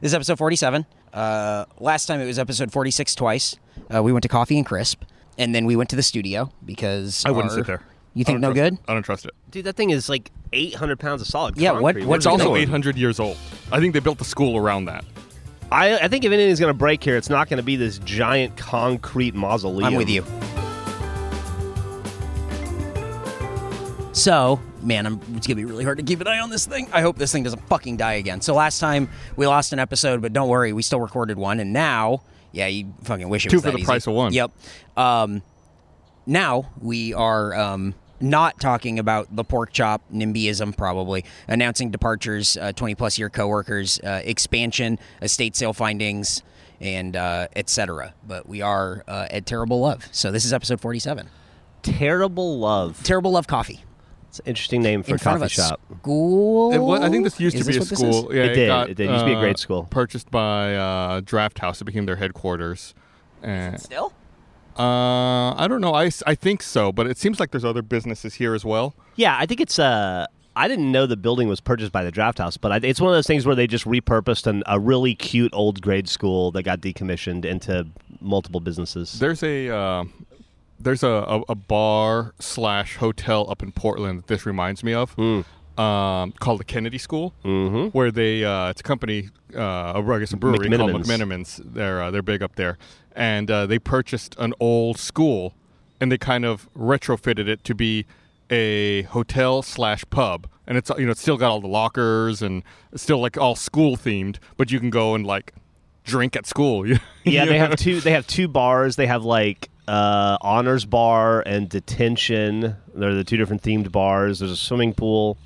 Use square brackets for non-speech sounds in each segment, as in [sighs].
This is episode 47. Uh, last time it was episode 46 twice. Uh, we went to Coffee and Crisp, and then we went to the studio because I wouldn't our- sit there. You think I no don't trust good? it. I don't trust it. Dude, that thing is like 800 pounds of solid Yeah, what- concrete. what's It's also Really? 800 years old. I think they built the school around that. I, I think if anything's going to break here, it's not going to be this giant concrete mausoleum. I'm with you. So, man, I'm, it's gonna be really hard to keep an eye on this thing. I hope this thing doesn't fucking die again. So last time we lost an episode, but don't worry, we still recorded one. And now, yeah, you fucking wish it Two was for that the easy. price of one. Yep. Um, now we are um, not talking about the pork chop nimbyism probably announcing departures uh, 20 plus year coworkers uh, expansion estate sale findings and uh, etc but we are uh, at terrible love so this is episode 47 Terrible Love. terrible love coffee It's an interesting name for in a front of coffee a shop. school It wa- I think this used Is to be a what this is? school. Yeah, It did. got, It did. It used to be a uh, great school. Purchased by uh, Draft House. It became their headquarters. And, still uh, I don't know. I, s- I think so, but it seems like there's other businesses here as well. Yeah, I think it's Uh, I didn't know the building was purchased by the draft house, but I, it's one of those things where they just repurposed an, a really cute old grade school that got decommissioned into multiple businesses. There's a uh, there's a, a, a bar slash hotel up in Portland that this reminds me of, um, called the Kennedy School, mm-hmm. where they uh, it's a company, uh, a- I guess a brewery called McMinimans. McMinimans. They're uh, they're big up there, and uh, they purchased an old school, and they kind of retrofitted it to be a hotel slash pub, and it's you know it's still got all the lockers and it's still like all school themed, but you can go and like drink at school. [laughs] you yeah, they know? have two. They have two bars. They have like uh, honors bar and detention. They're the two different themed bars. There's a swimming pool.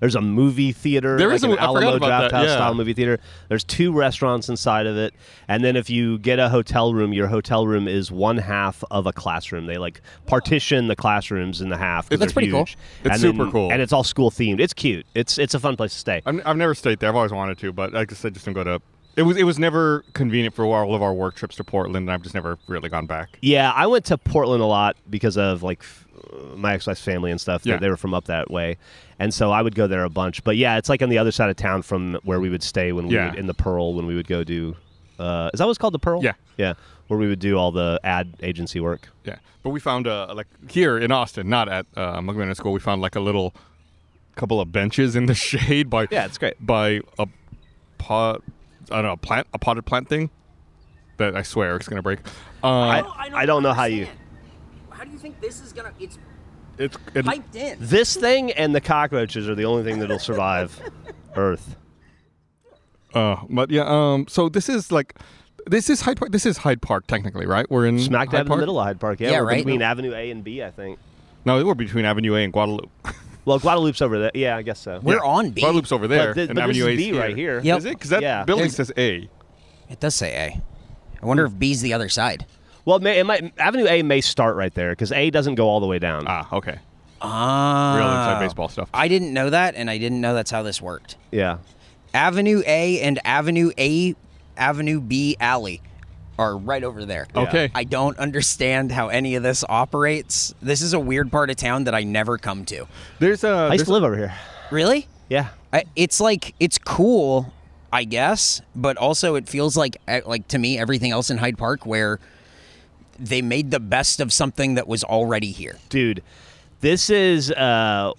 There's a movie theater. There like is a- an I forgot Alamo about Draft that, House yeah. style movie theater. There's two restaurants inside of it, and then if you get a hotel room, your hotel room is one half of a classroom. They like partition the classrooms in the half. 'cause That's they're pretty cool. huge. It's And super then- cool. and it's all school themed. It's cute. It's it's a fun place to stay. I'm, I've never stayed there. I've always wanted to, but I just I just didn't go to. It was it was never convenient for all of our work trips to Portland, and I've just never really gone back. Yeah, I went to Portland a lot because of like f- my ex-wife's family and stuff. Yeah. They, they were from up that way, and so I would go there a bunch. But yeah, it's like on the other side of town from where we would stay when we Yeah. would, in the Pearl when we would go do. Uh, is that what's called the Pearl? Yeah. yeah, where we would do all the ad agency work. Yeah, but we found uh, like here in Austin, not at uh, McMinniman School, we found like a little couple of benches in the [laughs] shade by Yeah, it's great. by a pot. I don't know a plant a potted plant thing that I swear it's gonna break. Uh, Oh, I don't I don't know how you- how do you think this is gonna it's it's it, piped in This thing and the cockroaches are the only thing that'll survive Earth. uh, but yeah. Um, so this is like this is Hyde Park. This is Hyde Park technically, right? We're in Smack Hyde dab in the Park? middle of Hyde Park. Yeah, Yeah, we're right. between Avenue A and B, I think. No, we're between Avenue A and Guadalupe. Well, Guadalupe's over there. Yeah, I guess so. We're on B. Guadalupe's over there, But thi- but and this Avenue is A's B right here. Yep. Is it? Because that Yeah. building There's- says A. it does say a i wonder if b's the other side Well, it may, it might, Avenue A may start right there because A doesn't go all the way down. Ah, okay. ah Real inside baseball stuff. i didn't know that and i didn't know that's how this worked Yeah. Avenue A and Avenue A, Avenue B alley are right over there. Okay. I don't understand how any of this operates. This is a weird part of town that I never come to. There's a. I There's, used to live over here. Really? Yeah. I, it's like it's cool, I guess, but also it feels like eh, like to me everything else in Hyde Park where they made the best of something that was already here. Dude, this is uh,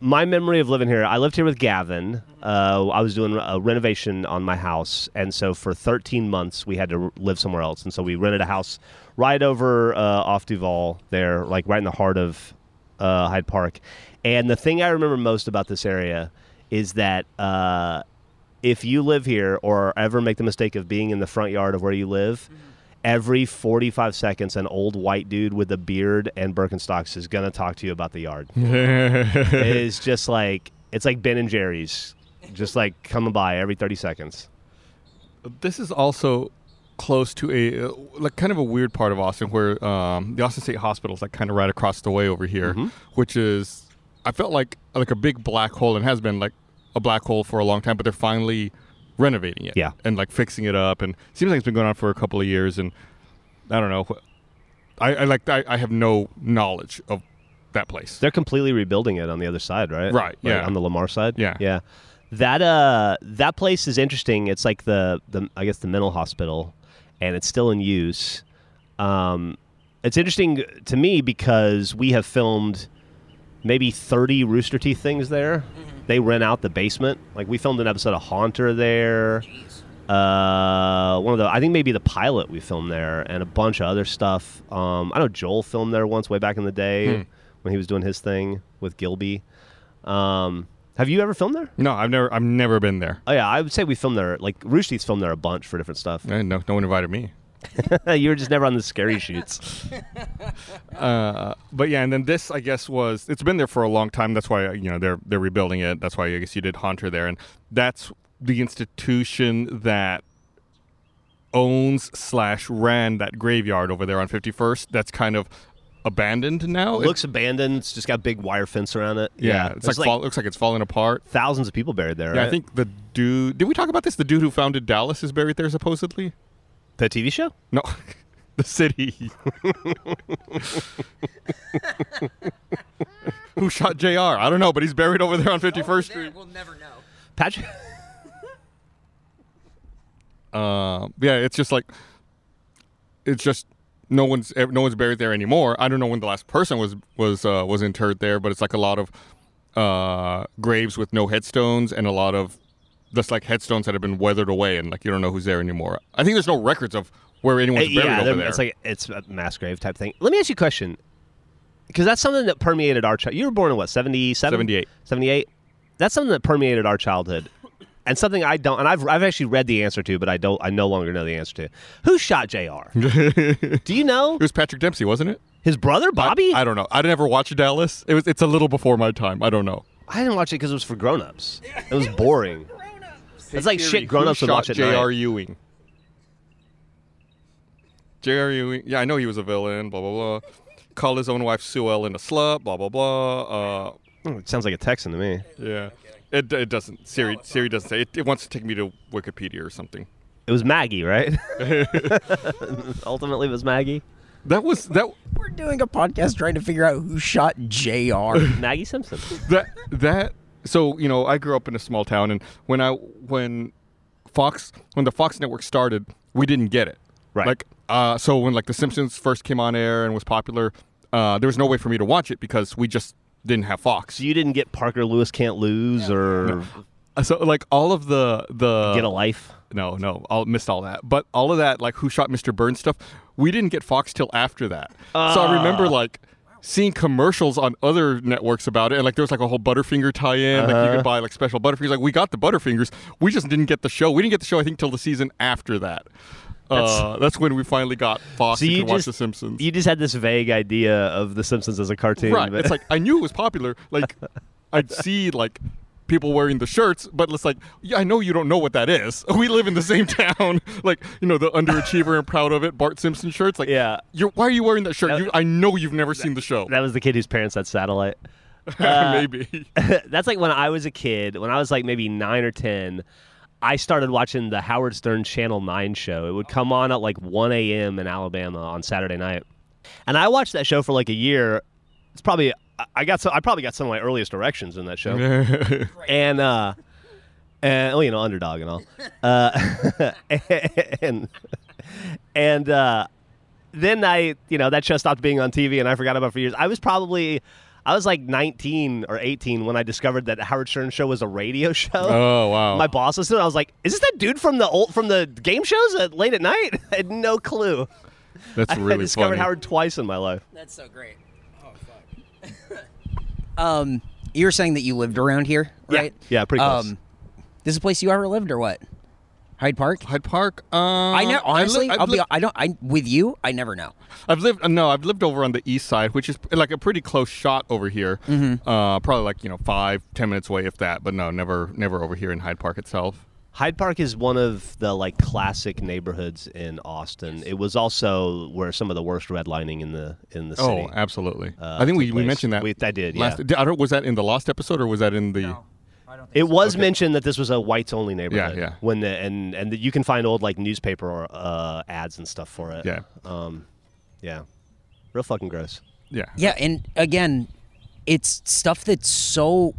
my memory of living here. I lived here with Gavin. Uh, I was doing a renovation on my house. And so for 13 months, we had to r- live somewhere else. And so we rented a house right over uh, off Duval there, like right in the heart of uh, Hyde Park. And the thing I remember most about this area is that. Uh, if you live here or ever make the mistake of being in the front yard of where you live, every 45 seconds, an old white dude with a beard and Birkenstocks is going to talk to you about the yard. it is just like, it's like Ben and Jerry's, just like coming by every 30 seconds. this is also close to a uh, like kind of a weird part of Austin where um, the Austin State Hospital is like kind of right across the way over here, which is I felt like like a big black hole and has been like a black hole for a long time, but they're finally renovating it. Yeah. And like fixing it up and seems like it's been going on for a couple of years and I don't know. wh- I, I like I, I have no knowledge of that place. They're completely rebuilding it on the other side, right? Right, Like, yeah. On the Lamar side? Yeah. Yeah. That uh, that place is interesting. It's like the the I guess the mental hospital, and it's still in use. Um, it's interesting to me because we have filmed maybe 30 Rooster Teeth things there. They rent out the basement. Like we filmed an episode of Haunter there. Uh, one of the I think maybe the pilot we filmed there and a bunch of other stuff. Um, I know Joel filmed there once way back in the day when he was doing his thing with Gilby. Um, have you ever filmed there? No, I've never I've never been there. Oh yeah, I would say we filmed there. Like Rooster Teeth's filmed there a bunch for different stuff. Eh, No, no one invited me. [laughs] you were just never on the scary [laughs] shoots. Uh, but yeah, and then this I guess was it's been there for a long time. That's why you know they're they're rebuilding it. That's why I guess you did Haunter there, and that's the institution that owns slash ran that graveyard over there on 51st. That's kind of abandoned now. It- Looks abandoned. It's just got a big wire fence around it. yeah, it's There's like, fall, looks like it's falling apart. thousands of people buried there. Yeah, I right? think the dude. Did we talk about this? The dude who founded Dallas is buried there supposedly. the TV show. No, [laughs] the city. Who shot JR? I don't know, but he's buried over there on 51st Street. We'll never know. Patrick. Uh, yeah, it's just like, it's just no one's ev- no one's buried there anymore. I don't know when the last person was was uh, was interred there, but it's like a lot of uh, graves with no headstones and a lot of just like headstones that have been weathered away and like you don't know who's there anymore. I think there's no records of where anyone's buried yeah, over they're- there. it's like it's a mass grave type thing. Let me ask you a question, because that's something that permeated our. Chi- you were born in what 77? 78. 78. That's something that permeated our childhood, and something I don't. And I've I've actually read the answer to, but I don't. I no longer know the answer to. Who shot Jr. [laughs] Do you know it was Patrick Dempsey, wasn't it? his brother I- Bobby? I, don't know. I never watched Dallas. It was. It's a little before my time. I don't know. I didn't watch it because it was for grown-ups. It was boring. It's like Theory, shit grown-ups who would watch shot at J.R. night. Ewing. J.R. Ewing. Yeah, I know he was a villain. Blah blah blah. Called his own wife Sue Ellen a slut. Blah blah blah. Uh, Hmm, It sounds like a Texan to me. yeah. It, it doesn't. Siri Siri doesn't say. It, it wants to take me to Wikipedia or something. It was Maggie, [laughs] right? [laughs] Ultimately, it was Maggie. That was that We're doing a podcast trying to figure out who shot JR. Maggie Simpson. that that. So you know, I grew up in a small town, and when I when Fox when the Fox network started, we didn't get it. Right. Like uh, so when like The Simpsons first came on air and was popular, uh, there was no way for me to watch it because we just didn't have Fox. So you didn't get Parker Lewis can't lose or Uh, So like all of the the get a life. no no I missed all that, but all of that like Who Shot Mr. Burns stuff, we didn't get Fox till after that. so I Ah. remember like. Seeing commercials on other networks about it, and like there was like a whole Butterfinger tie-in, like Uh-huh. you could buy like special Butterfingers. Like we got the Butterfingers, we just didn't get the show. We didn't get the show, I think, till the season after that. That's, uh, that's when we finally got Fox So and you could watch just The Simpsons. you just had this vague idea of The Simpsons as a cartoon. Right. but- It's like I knew it was popular. [laughs] Like I'd see like people wearing the shirts, but it's like, yeah, I know you don't know what that is. [laughs] We live in the same town. Like, you know, the underachiever and proud of it, Bart Simpson shirts. Like Yeah. you're why are you wearing that shirt? You, I know you've never seen the show. [laughs] that was the kid whose parents had satellite. [laughs] [laughs] uh, Maybe. That's like when I was a kid, when I was like maybe nine or ten, I started watching the Howard Stern Channel Nine show. It would come on at like one AM in Alabama on Saturday night. And I watched that show for like a year. It's probably I- I got some I probably got some of my earliest directions in that [laughs] show. and uh and well, you know, underdog and all. Uh [laughs] and and uh then I, you know, that show stopped being on TV and I forgot about it for years. I was probably I was like 19 or 18 when I discovered that the Howard Stern show was a radio [laughs] show. oh wow. My boss listened. I was like, "Is this that dude from the old from the game shows at late at night?" [laughs] I had no clue. That's I really discovered funny. Howard twice in my life. That's so great. Oh fuck. [laughs] um, you were saying that you lived around here, Yeah. right? Um, Yeah, pretty close. this is a place you ever lived or what? Hyde Park. Hyde Park. Uh, I I know. Honestly, li- I I've will be. li- I don't. I with you. I never know. I've lived no, I've lived over on the east side, which is like a pretty close shot over here. Mm-hmm. Uh, probably like you know five, ten minutes away, if that. But no, never, never over here in Hyde Park itself. Hyde Park is one of the like classic neighborhoods in Austin. It was also where some of the worst redlining in the in the city. Uh, Oh, absolutely. I think we, took we place. mentioned that. We- I did, Last, yeah. I don't, was that in the last episode or was that in the? It was mentioned that this was a whites only neighborhood. yeah. When the and and that you can find old like newspaper uh, ads and stuff for it. Yeah. Um, yeah. Real fucking gross. Yeah. Yeah, and again, it's stuff that's so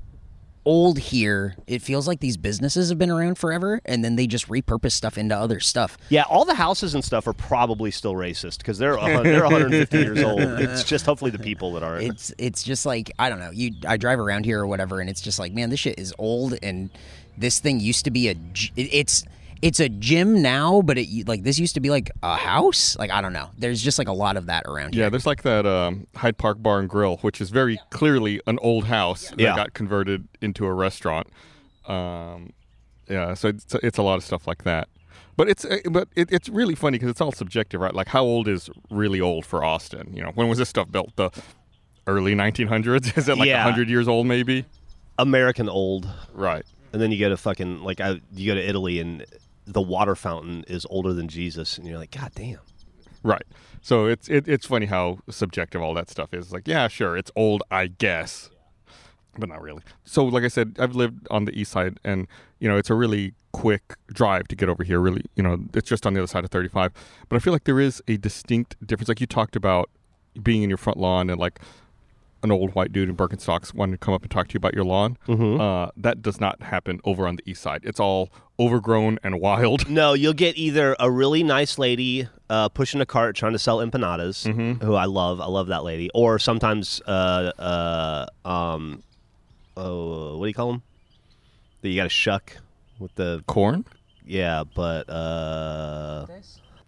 old here. It feels like these businesses have been around forever, and then they just repurpose stuff into other stuff. Yeah, all the houses and stuff are probably still racist because they're a hun- they're 150 [laughs] years old. It's just hopefully the people that aren't. It's it's just like I don't know. You I drive around here or whatever, and it's just like man, this shit is old, and this thing used to be a g- it- it's it's a gym now, but it like this used to be like a house. Like I don't know. There's just like a lot of that around here. Yeah, there's like that um, Hyde Park Bar and Grill, which is very clearly an old house that Yeah. got converted into a restaurant. Um, yeah, so it's, it's a lot of stuff like that. But it's uh, but it, it's really funny because it's all subjective, right? Like how old is really old for Austin? You know, when was this stuff built? The early 1900s? [laughs] Is it like Yeah. 100 years old, maybe? American old, Right. and then you go to fucking like I, you go to Italy and the water fountain is older than Jesus, and you're like, God damn. Right. So it's it, it's funny how subjective all that stuff is. Like, yeah, sure, it's old, I guess, but not really. So, like I said, I've lived on the east side, and you know, it's a really quick drive to get over here. Really, you know, it's just on the other side of 35. But I feel like there is a distinct difference. Like you talked about being in your front lawn and like an old white dude in Birkenstocks wanting to come up and talk to you about your lawn. Uh, that does not happen over on the east side. It's all overgrown and wild. No, you'll get either a really nice lady uh, pushing a cart trying to sell empanadas, Mm-hmm. who I love. I love that lady. Or sometimes, uh, uh, um, oh, what do you call them? That you got to shuck with the Corn? yeah, but uh,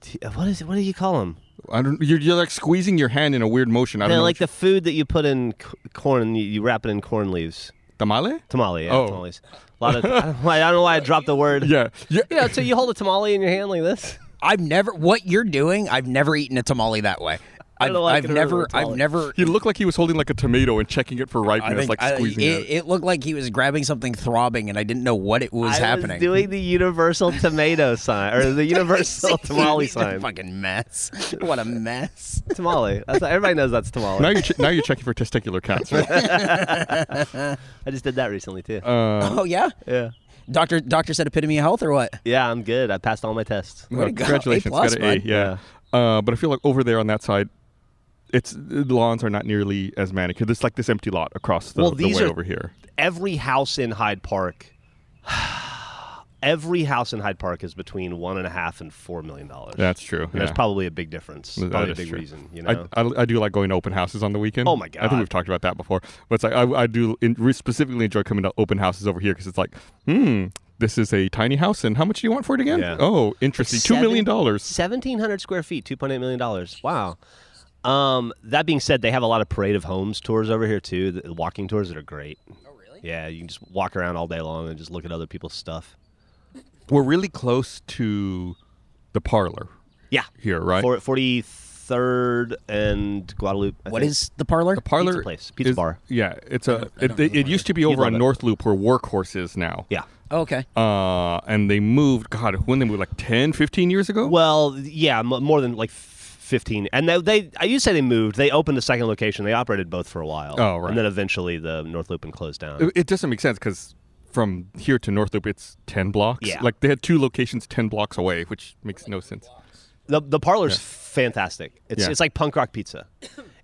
t- what is it? What do you call them? I don't. You're, you're like squeezing your hand in a weird motion. I don't They're know. like the food that you put in c- corn and you, you wrap it in corn leaves. tamale. Tamale, yeah, Oh. tamales. A lot of I don't, why- I don't know why I dropped the word. [laughs] Yeah, yeah. [laughs] yeah. So you hold a tamale in your hand like this. I've never what you're doing. I've never eaten a tamale that way. I've, I don't know why I I've can remember never. a I've tamale. never. He looked like he was holding like a tomato and checking it for ripeness, like I- squeezing it, it. it looked like he was grabbing something throbbing, and I didn't know what it was I happening. [laughs] was doing the universal tomato sign or the universal [laughs] tamale sign. Fucking mess. [laughs] What a mess. Um, Tamale. That's, everybody knows that's tamale. Now you're che- now you're checking for testicular cancer. I just did that recently too. [laughs] Uh, Um, oh yeah. yeah. Doctor doctor said epitome of health or what? Yeah, I'm good. I passed all my tests. Way to go. congratulations, A plus, got an A. bud. Yeah, Uh, but I feel like over there on that side, it's the lawns are not nearly as manicured. There's like this empty lot across the, Well, the these way are- over here. Every house in Hyde Park. [sighs] Every house in Hyde Park is between one and a half and four million dollars. That's true. There's yeah. probably a big difference. That Probably a is big true. reason. You I- know. I, I, do like going to open houses on the weekend. Oh my I God. think we've talked about that before. But it's like I, I do in, re- specifically enjoy coming to open houses over here because it's like, hmm, this is a tiny house, and how much do you want for it again? Yeah. Oh, interesting, two million dollars. Seventeen hundred square feet, two point eight million dollars. Wow. Um, that being said, they have a lot of parade of homes tours over here too. The walking tours that are great. Oh really? Yeah, you can just walk around all day long and just look at other people's stuff. We're really close to the parlor Yeah. here, right? Forty third and Guadalupe. I What think. is the parlor? parlor pizza place, pizza is- bar. Yeah, it's a. It, it, it used to be over love on it. North Loop where Workhorse is now. Yeah. Oh, okay. Uh, and they moved. God, when they moved, like 10, 15 years ago. Well, yeah, m- more than like f- fifteen. And they, they I used to say they moved. They opened a second location. They operated both for a while. Oh, right. And then eventually the North Loop and closed down. It- It doesn't make sense because from here to North Loop, it's 10 blocks. Yeah. Like they had two locations 10 blocks away, which makes no sense. The the parlor's fantastic. It's Yeah. it's like punk rock pizza.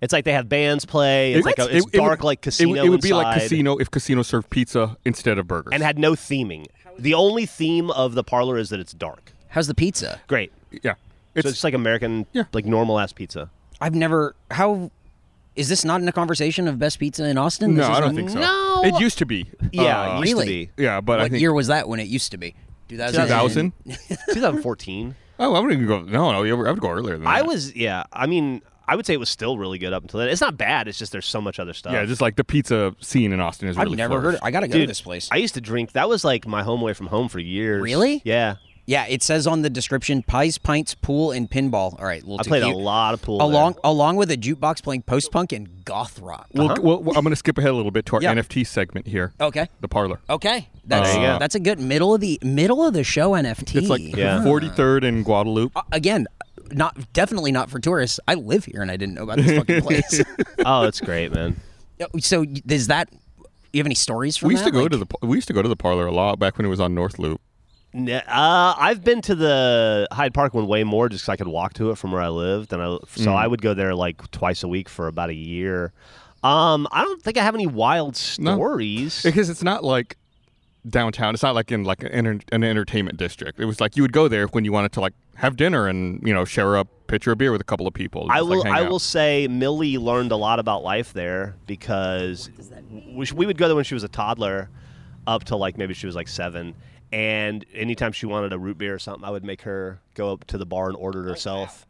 It's like they have bands play. It's like a, it's it dark would- like casino. It, would- it would be like inside, casino if casino served pizza instead of burgers. and had no theming. The only theme of the parlor is that it's dark. How's the pizza? Great. yeah. so it's It's, just like American, Yeah. Uh, like normal ass pizza. I've never how is this not in a conversation of best pizza in Austin? no, This I is don't a- think so. No. It used to be. Yeah, Uh, it used really? to yeah, but I What think year was that when it used to be? 2000? [laughs] 2000. be [laughs] 2014. oh, I wouldn't even go. No, no, I would go earlier than that. I was yeah. I mean, I would say it was still really good up until then. It's not bad. It's just there's so much other stuff. Yeah, just like the pizza scene in Austin is I've really never heard. flourished. It. I gotta go to Dude, this place. I used to drink. That was like my home away from home for years. Really? Yeah. yeah, it says on the description: pies, pints, pool, and pinball. All right, little I too played a cute. lot of pool. there. along along with a jukebox playing post punk and goth rock. Well, uh-huh. well, well, I'm going to skip ahead a little bit to our Yeah. NFT segment here. Oh. Okay. The parlor. Okay, that's There you go. that's a good middle of the middle of the show NFT. It's like Yeah. 43rd and Guadalupe. Uh, again, not definitely not for tourists. I live here and I didn't know about this [laughs] fucking place. Oh, it's great, man. so is that? You have any stories from we used that? to go Like- to the we used to go to the parlor a lot back when it was on North Loop. N- Uh, I've been to the Hyde Park one way more just 'cause I could walk to it from where I lived, and I so I would go there like twice a week for about a year. Um, I don't think I have any wild No. stories. because it's not like downtown. It's not like in like an, enter- an entertainment district. It was like you would go there when you wanted to like have dinner and you know share a pitcher of beer with a couple of people. I just, like, will. hang I out. will say Millie learned a lot about life there because we, we would go there when she was a toddler, up to like maybe she was like seven. And anytime she wanted a root beer or something, I would make her go up to the bar and order it herself.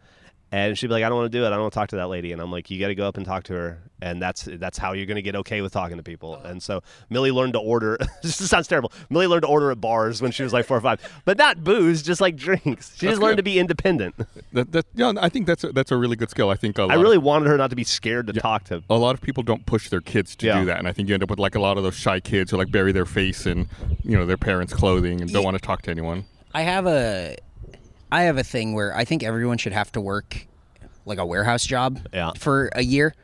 And she'd be like, "I don't want to do it. I don't want to talk to that lady." And I'm like, "You got to go up and talk to her." And that's that's how you're going to get okay with talking to people. And so Millie learned to order. [laughs] this sounds terrible. Millie learned to order at bars when she was like four or five, but not booze, just like drinks. She just learned good. to be independent. That, that, yeah, I think that's a, that's a really good skill. I think a lot I of really wanted her not to be scared to talk to a lot of people don't push their kids to Yeah. do that, and I think you end up with like a lot of those shy kids who like bury their face in you know their parents' clothing and don't want to talk to anyone. I have a I have a thing where I think everyone should have to work like a warehouse job Yeah. for a year.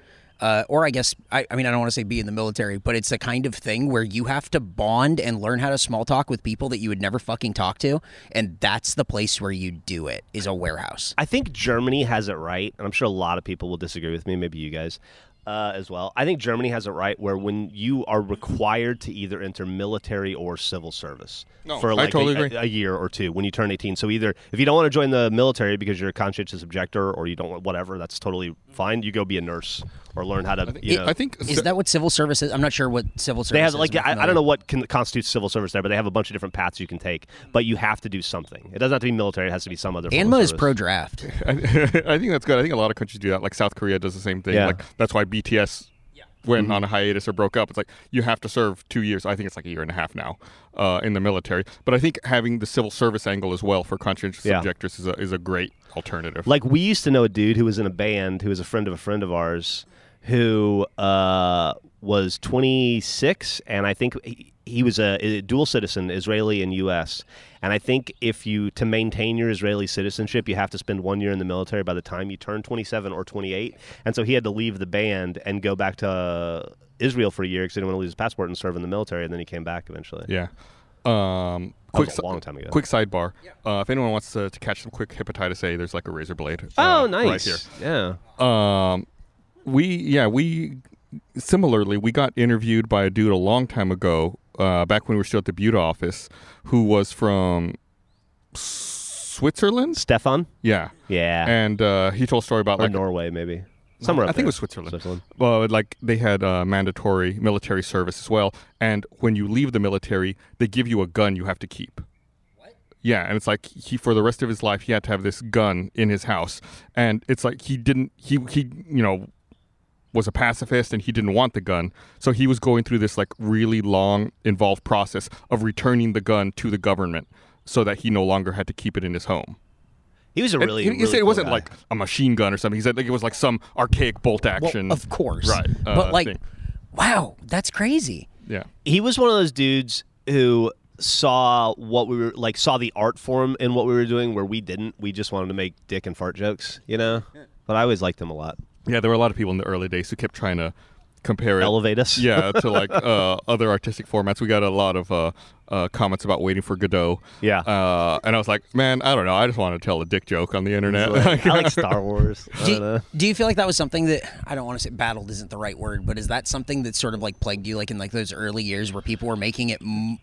Uh, or I guess I, I mean I don't want to say be in the military, but it's the kind of thing where you have to bond and learn how to small talk with people that you would never fucking talk to, and that's the place where you do it is a warehouse. I think Germany has it right, and I'm sure a lot of people will disagree with me, maybe you guys uh, as well. I think Germany has it right where when you are required to either enter military or civil service No, for I like totally a, agree. a year or two when you turn 18. So either if you don't want to join the military because you're a conscientious objector or you don't want whatever, that's totally fine. You go be a nurse or learn how to, you know. I think Is that what civil service is? I'm not sure what civil service they have is. like I'm I, I familiar. don't know what can, constitutes civil service there, but they have a bunch of different paths you can take. But you have to do something. It doesn't have to be military; it has to be some other. form of ANMA is service. pro draft. [laughs] I, I think that's good. I think a lot of countries do that. Like South Korea does the same thing. Yeah. Mm-hmm. Like that's why BTS went on a hiatus or broke up. It's like you have to serve two years. I think it's like a year and a half now uh, in the military. But I think having the civil service angle as well for conscientious Yeah. objectors is a, is a great alternative. Like we used to know a dude who was in a band who was a friend of a friend of ours who uh, was 26 and I think he, he was a, a dual citizen, Israeli and U.S. And I think if you to maintain your Israeli citizenship, you have to spend one year in the military by the time you turn 27 or 28. And so he had to leave the band and go back to. Uh, Israel for a year because he didn't want to lose his passport and serve in the military, and then he came back eventually. yeah. Um, That was quick a long time ago. Quick sidebar. Uh, if anyone wants to, to catch some quick hepatitis A, there's like a razor blade. uh, Oh, Right nice! here. Yeah, Um, we yeah we similarly we got interviewed by a dude a long time ago, uh, back when we were still at the Butte office, who was from Switzerland. Stefan. Yeah, Yeah, and uh, he told a story about or like Norway maybe somewhere. I up think it there. was Switzerland. Switzerland. Well, like they had uh, mandatory military service as well, and when you leave the military, they give you a gun you have to keep. Yeah, and it's like he for the rest of his life he had to have this gun in his house, and it's like he didn't he he you know was a pacifist and he didn't want the gun, so he was going through this like really long involved process of returning the gun to the government so that he no longer had to keep it in his home. He was a And really. he, he really said it cool wasn't guy. like a machine gun or something. He said like it was like some archaic bolt Well, action. of course. right? uh, but like thing. wow, that's crazy. yeah. he was one of those dudes who saw what we were like saw the art form in what we were doing where we didn't. We just wanted to make dick and fart jokes, you know. But I always liked him a lot. Yeah, there were a lot of people in the early days who kept trying to compare it. Elevate us. yeah, [laughs] to like uh, other artistic formats. We got a lot of uh, uh, comments about waiting for Godot. Yeah. Uh, and I was like, man, I don't know. I just want to tell a dick joke on the internet. Like, [laughs] I like Star Wars. I don't know. Do, do you feel like that was something that I don't want to say battled isn't the right word, but is that something that sort of like plagued you, like in like those early years where people were making it m-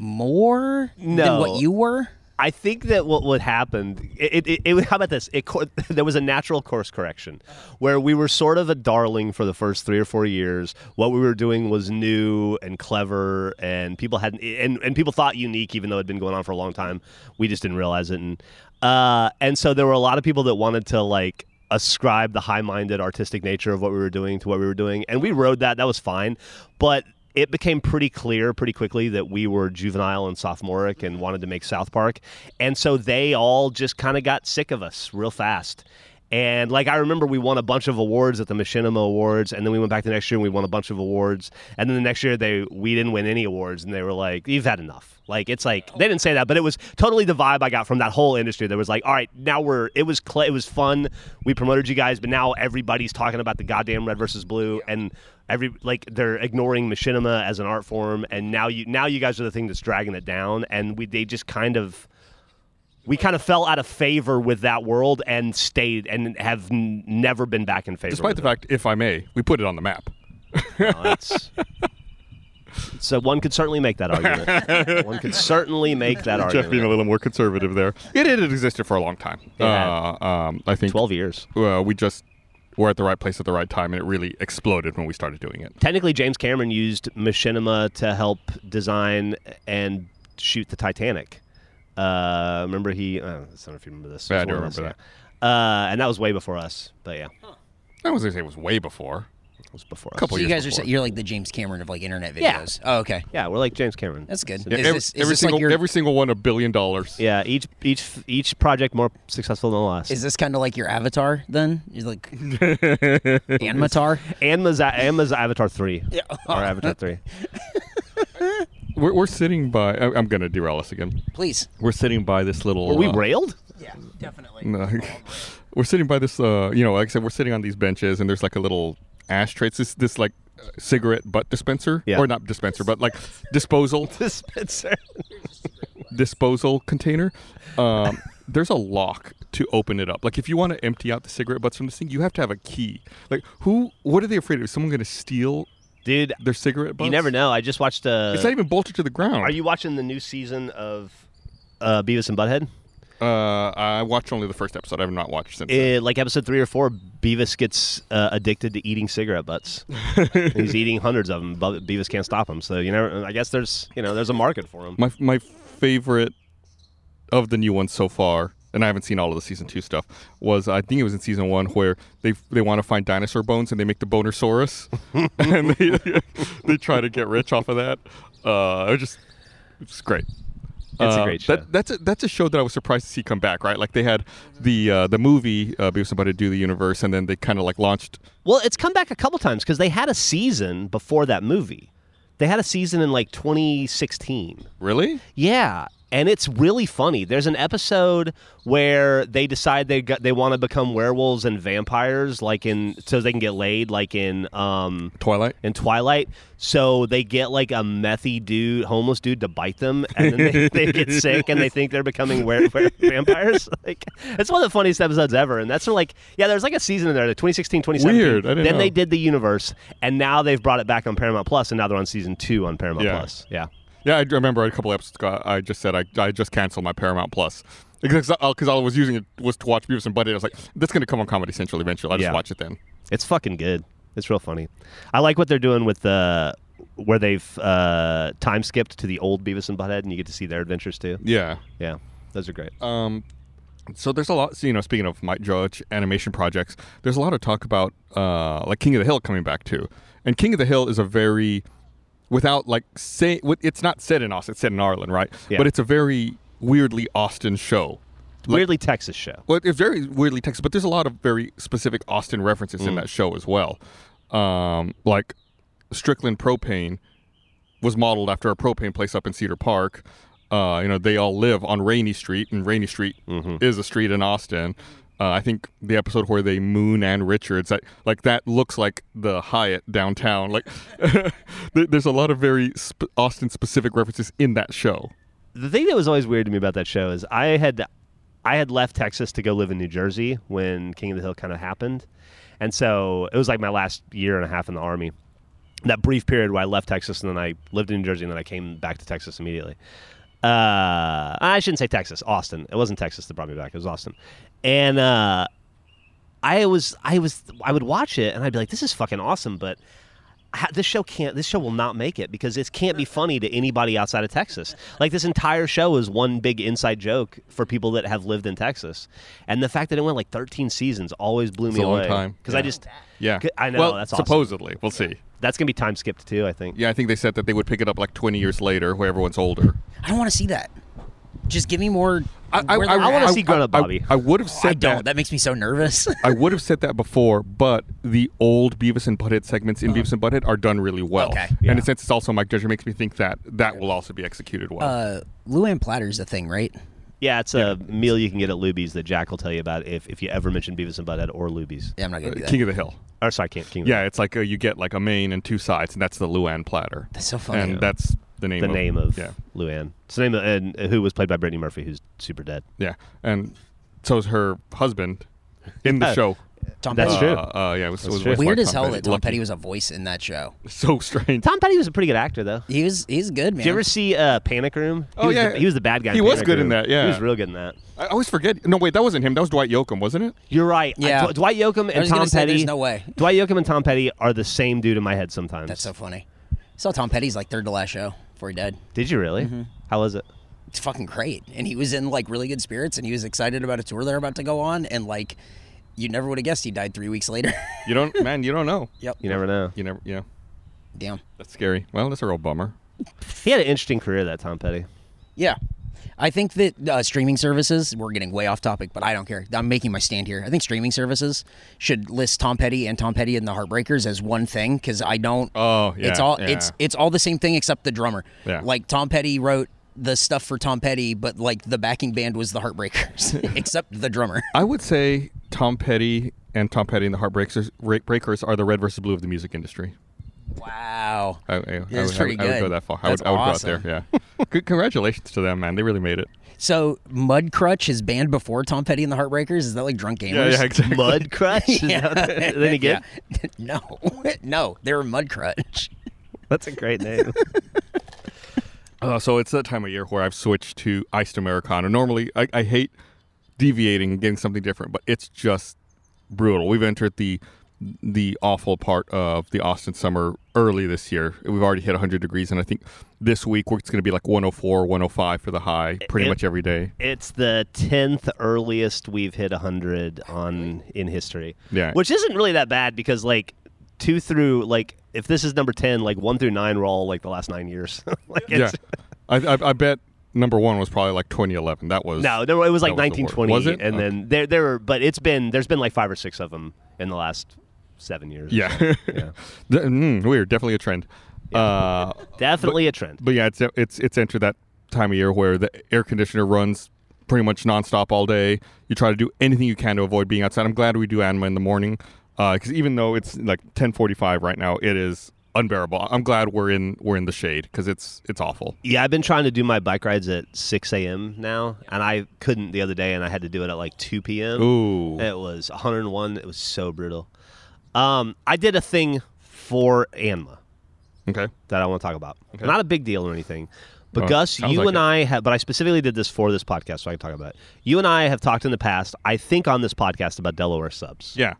more than No. what you were? I think that what what happened, it, it, it, how about this? It cor- [laughs] there was a natural course correction, where we were sort of a darling for the first three or four years. What we were doing was new and clever, and people had and, and people thought unique, even though it had been going on for a long time. We just didn't realize it, and uh, and so there were a lot of people that wanted to like ascribe the high-minded artistic nature of what we were doing to what we were doing, and we rode that. That was fine, but it became pretty clear pretty quickly that we were juvenile and sophomoric and wanted to make South Park. And so they all just kind of got sick of us real fast. And like I remember we won a bunch of awards at the Machinima Awards and then we went back the next year and we won a bunch of awards and then the next year they we didn't win any awards and they were like you've had enough. Like it's like they didn't say that but it was totally the vibe I got from that whole industry. There was like all right, now we're it was cl- it was fun. We promoted you guys but now everybody's talking about the goddamn red versus blue and every like they're ignoring machinima as an art form and now you now you guys are the thing that's dragging it down and we they just kind of we kind of fell out of favor with that world and stayed and have n- never been back in favor [laughs] Despite with the it. fact, if I may, we put it on the map. No, it's- [laughs] so one could certainly make that argument. one could certainly make that Jeff being a argument. little more conservative there. It had existed for a long time. had. Uh, um, I think Twelve years. Uh, we just were at the right place at the right time, and it really exploded when we started doing it. Technically, James Cameron used machinima to help design and shoot the Titanic. Uh, remember he? Uh, I don't know if you remember this. Yeah, I It's do one of those, remember yeah. Uh, and that was way before us, but yeah, I was gonna say it was way before. it was before us. Couple So you years guys are before. sa- you're like the James Cameron of like internet Yeah. videos. Oh, okay, Yeah, we're like James Cameron. that's good. So- Is every, this, is every this single like your every single one a billion dollars. Yeah, each each each project more successful than the last. is this kind of like your avatar then? Is [laughs] like Anmatar? and Maza- and Maza- Avatar three. [laughs] Or Avatar three. We're, we're sitting by. I, I'm gonna derail us again. Please. We're sitting by this little. Were we uh, railed? [laughs] Yeah, definitely. No. [laughs] we're sitting by this, uh, you know, like I said, we're sitting on these benches, and there's like a little ashtray. It's this, this like uh, cigarette butt dispenser, Yeah. or not dispenser, but like disposal Dispenser. disposal container. Um, [laughs] there's a lock to open it up. Like if you want to empty out the cigarette butts from this thing, you have to have a key. Like who? What are they afraid of? Is someone going to steal Dude, their cigarette butts? you never know. I just watched. Uh, It's not even bolted to the ground. are you watching the new season of uh, Beavis and Butthead? Uh, I watched only the first episode. I have not watched since. Eh, like episode three or four, Beavis gets uh, addicted to eating cigarette butts. He's eating hundreds of them. But Beavis can't stop him. So you know, I guess there's you know there's a market for him. My my favorite of the new ones so far, and I haven't seen all of the season two stuff, was I think it was in season one where they they want to find dinosaur bones and they make the Bonosaurus, [laughs] and they [laughs] they try to get rich off of that. Uh, it was just it's great. It's a Uh, great show. That, that's a, that's a show that I was surprised to see come back. Right, like they had the uh, the movie uh, Beavis and Butthead do the universe, and then they kind of like launched. Well, it's come back a couple times because they had a season before that movie. They had a season in like 2016. Really? Yeah, and it's really funny. There's an episode where they decide they got, they want to become werewolves and vampires, like in so they can get laid, like in um Twilight. in Twilight. So they get like a methy dude, homeless dude, to bite them, and then they, they [laughs] get sick and they think they're becoming were- were- [laughs] vampires. Like it's one of the funniest episodes ever. And that's sort of like yeah, there's like a season in there, like 2016, 2017. Weird, I didn't then know. they did the universe, and now they've brought it back on Paramount Plus, and now they're on season two on Paramount Yeah. Plus. Yeah. Yeah, I d- remember a couple episodes ago. I just said I, I just canceled my Paramount Plus because because all I was using it was to watch Beavis and Butthead. I was like, that's going to come on Comedy Central eventually. I'll just Yeah. watch it then. It's fucking good. It's real funny. I like what they're doing with the where they've uh, time skipped to the old Beavis and Butthead, and you get to see their adventures too. Yeah. Yeah, those are great. Um, so there's a lot. so, You know, speaking of Mike Judge animation projects, there's a lot of talk about uh, like King of the Hill coming back too. And King of the Hill is a very without like say wi- it's not set in Austin, it's set in Ireland, right? Yeah. But it's a very weirdly Austin show. Weirdly, Texas show. Well, it's very weirdly Texas, but there's a lot of very specific Austin references in that show as well. Um, like Strickland Propane was modeled after a propane place up in Cedar Park. Uh, you know, they all live on Rainy Street, and Rainy Street is a street in Austin. Uh, I think the episode where they moon and Richards, that, like that looks like the Hyatt downtown. Like, [laughs] there- there's a lot of very sp- Austin specific references in that show. The thing that was always weird to me about that show is I had I had left Texas to go live in New Jersey when King of the Hill kind of happened, and so it was like my last year and a half in the army. That brief period where I left Texas and then I lived in New Jersey and then I came back to Texas immediately. Uh, I shouldn't say Texas, Austin. It wasn't Texas that brought me back. It was Austin, and uh, I was I was I would watch it and I'd be like, this is fucking awesome, but ha- this show can't this show will not make it because it can't be funny to anybody outside of Texas. Like this entire show is one big inside joke for people that have lived in Texas. And the fact that it went like 13 seasons always blew me a long away time. cuz Yeah. I just Yeah, I know Well, that's awesome. supposedly we'll see. that's going to be time skipped too, I think. Yeah, I think they said that they would pick it up like 20 years later, where everyone's older. I don't want to see that. Just give me more. where they're I wanna at. see Grown Up I- Bobby. I, would have I said don't. that. That makes me so nervous. [laughs] I would have said that before, but the old Beavis and Butthead segments in Beavis and Butthead are done really well. Okay. And since it's also Mike Judge, it makes me think that that will also be executed well. uh, Luann Platter's a thing, right? Yeah, it's a meal you can get at Luby's that Jack will tell you about if, if you ever mention Beavis and Butthead or Luby's. Yeah, I'm not gonna do that. King of the Hill. Or sorry, King, King of the Yeah, it's like uh you get like a main and two sides, and that's the Luann platter. That's so funny. And Yeah. that's the name. the of, name of Yeah, Luann. It's the name of, and who was played by Brittany Murphy, who's super dead. yeah, and so is her husband in the show. Tom That's Petty. true. Uh, uh, yeah, it was, it was true. Wes Weird White, as Tom hell Petty. that Tom Lucky. Petty was a voice in that show. [laughs] So strange. Tom Petty was a pretty good actor, though. He was he's good, man. Did you ever see uh, Panic Room? He Oh, was yeah. the, he was the bad guy. in He was Panic good in Room. that, yeah. he was real good in that. I always forget. No, wait, that wasn't him. That was Dwight Yoakam, wasn't it? You're right. I- Yeah. Dw- Dwight Yoakam and was gonna Tom say, Petty. there's no way. Dwight Yoakam and Tom Petty are the same dude in my head sometimes. That's so funny. I saw Tom Petty's like third to last show before he died. Did you really? How was it? It's fucking great, and he was in like really good spirits, and he was excited about a tour they're about to go on, and like you never would have guessed he died three weeks later. [laughs] You don't, man. You don't know. yep. You never know. You never. Yeah, Damn. that's scary. Well, that's a real bummer. He had an interesting career, that Tom Petty. Yeah. I think that uh, streaming services, we're getting way off topic, but I don't care. I'm making my stand here. I think streaming services should list Tom Petty and Tom Petty and the Heartbreakers as one thing because I don't. Oh, It's yeah, all yeah. it's it's all the same thing except the drummer. Yeah. Like Tom Petty wrote the stuff for Tom Petty, but like the backing band was the Heartbreakers, [laughs] except the drummer. I would say Tom Petty and Tom Petty and the Heartbreakers Ra- Breakers are the red versus blue of the music industry. Wow. I, I, I would- That's I pretty would, I would go good. that far. I That's would, I would awesome. go out there. Yeah. Good, congratulations to them, man. They really made it. So Mudcrutch is banned before Tom Petty and the Heartbreakers. Is that like drunk gamers? Yeah, [laughs] yeah, exactly. Mud Crush? Is [laughs] Yeah. that what- then he get? Yeah. [laughs] no, no, they were Mudcrutch. That's a great name. Uh, so it's that time of year where I've switched to iced Americano. Normally, I, I hate deviating and getting something different, but it's just brutal. We've entered the the awful part of the Austin summer early this year. We've already hit 100 degrees, and I think this week it's going to be like 104, 105 for the high pretty It- much every day. [laughs] it's the 10th earliest we've hit 100 on in history. Yeah. Which isn't really that bad because, like, two through, like, if this is number 10, like, one through nine were all, like, the last nine years. [laughs] like, Yeah, it's, I, I, I bet number one was probably like 2011. That was No, there, it was like That was the 1920, worst. Was it? and Okay. then there, there were, but it's been there's been like five or six of them in the last seven years. or so. yeah, Yeah. [laughs] The- mm, weird, definitely a trend. Uh, definitely a trend. But yeah, it's it's it's entered that time of year where the air conditioner runs pretty much nonstop all day. You try to do anything you can to avoid being outside. I'm glad we do anima in the morning because even though it's like 10:45 right now, it is unbearable. I'm glad we're in we're in the shade because it's it's awful. yeah, I've been trying to do my bike rides at 6 a.m. now, and I couldn't the other day, and I had to do it at like 2 p.m. Ooh, It was 101. It was so brutal. Um, I did a thing for Anma. okay, that I want to talk about. Not a big deal or anything. But Well, Gus, Oh, sounds you like and it. I have, but I specifically did this for this podcast, so I can talk about it. You and I have talked in the past, I think on this podcast, about Delaware subs. yeah,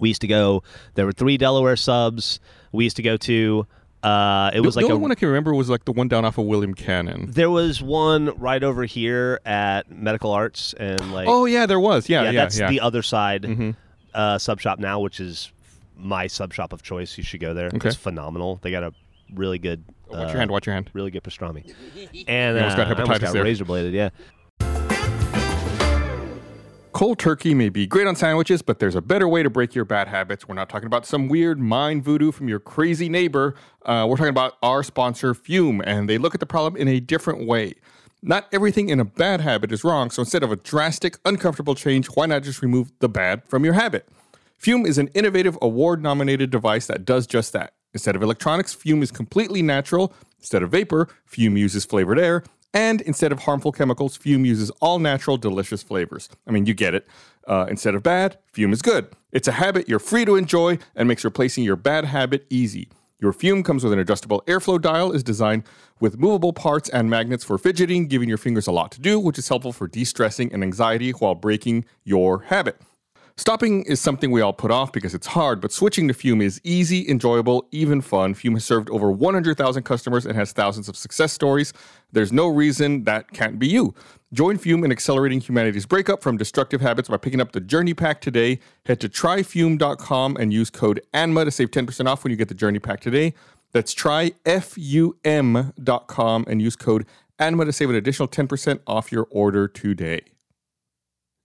We used to go, there were three Delaware subs we used to go to. Uh, it the, was like the a, only one I can remember was like the one down off of William Cannon. there was one right over here at Medical Arts and like, Oh yeah, there was. Yeah, yeah, yeah, yeah. Mm-hmm. that's the other side uh, sub shop now, which is my sub shop of choice. You should go there. Okay. It's phenomenal. They got a really good. watch uh, your hand. Watch your hand. really good pastrami. And uh, almost got I almost hepatitis got there. razor bladed, yeah. Cold turkey may be great on sandwiches, but there's a better way to break your bad habits. We're not talking about some weird mind voodoo from your crazy neighbor. Uh, we're talking about our sponsor, Fume, and they look at the problem in a different way. Not everything in a bad habit is wrong, so instead of a drastic, uncomfortable change, why not just remove the bad from your habit? Fume is an innovative award nominated device that does just that. Instead of electronics, fume is completely natural. Instead of vapor, fume uses flavored air. And instead of harmful chemicals, fume uses all natural, delicious flavors. I mean, you get it. Uh, instead of bad, fume is good. It's a habit you're free to enjoy and makes replacing your bad habit easy. Your fume comes with an adjustable airflow dial, is designed with movable parts and magnets for fidgeting, giving your fingers a lot to do, which is helpful for de stressing and anxiety while breaking your habit. Stopping is something we all put off because it's hard, but switching to Fume is easy, enjoyable, even fun. Fume has served over 100,000 customers and has thousands of success stories. There's no reason that can't be you. Join Fume in accelerating humanity's breakup from destructive habits by picking up the Journey Pack today. Head to tryfume.com and use code ANMA to save 10% off when you get the Journey Pack today. That's tryfum.com and use code ANMA to save an additional 10% off your order today.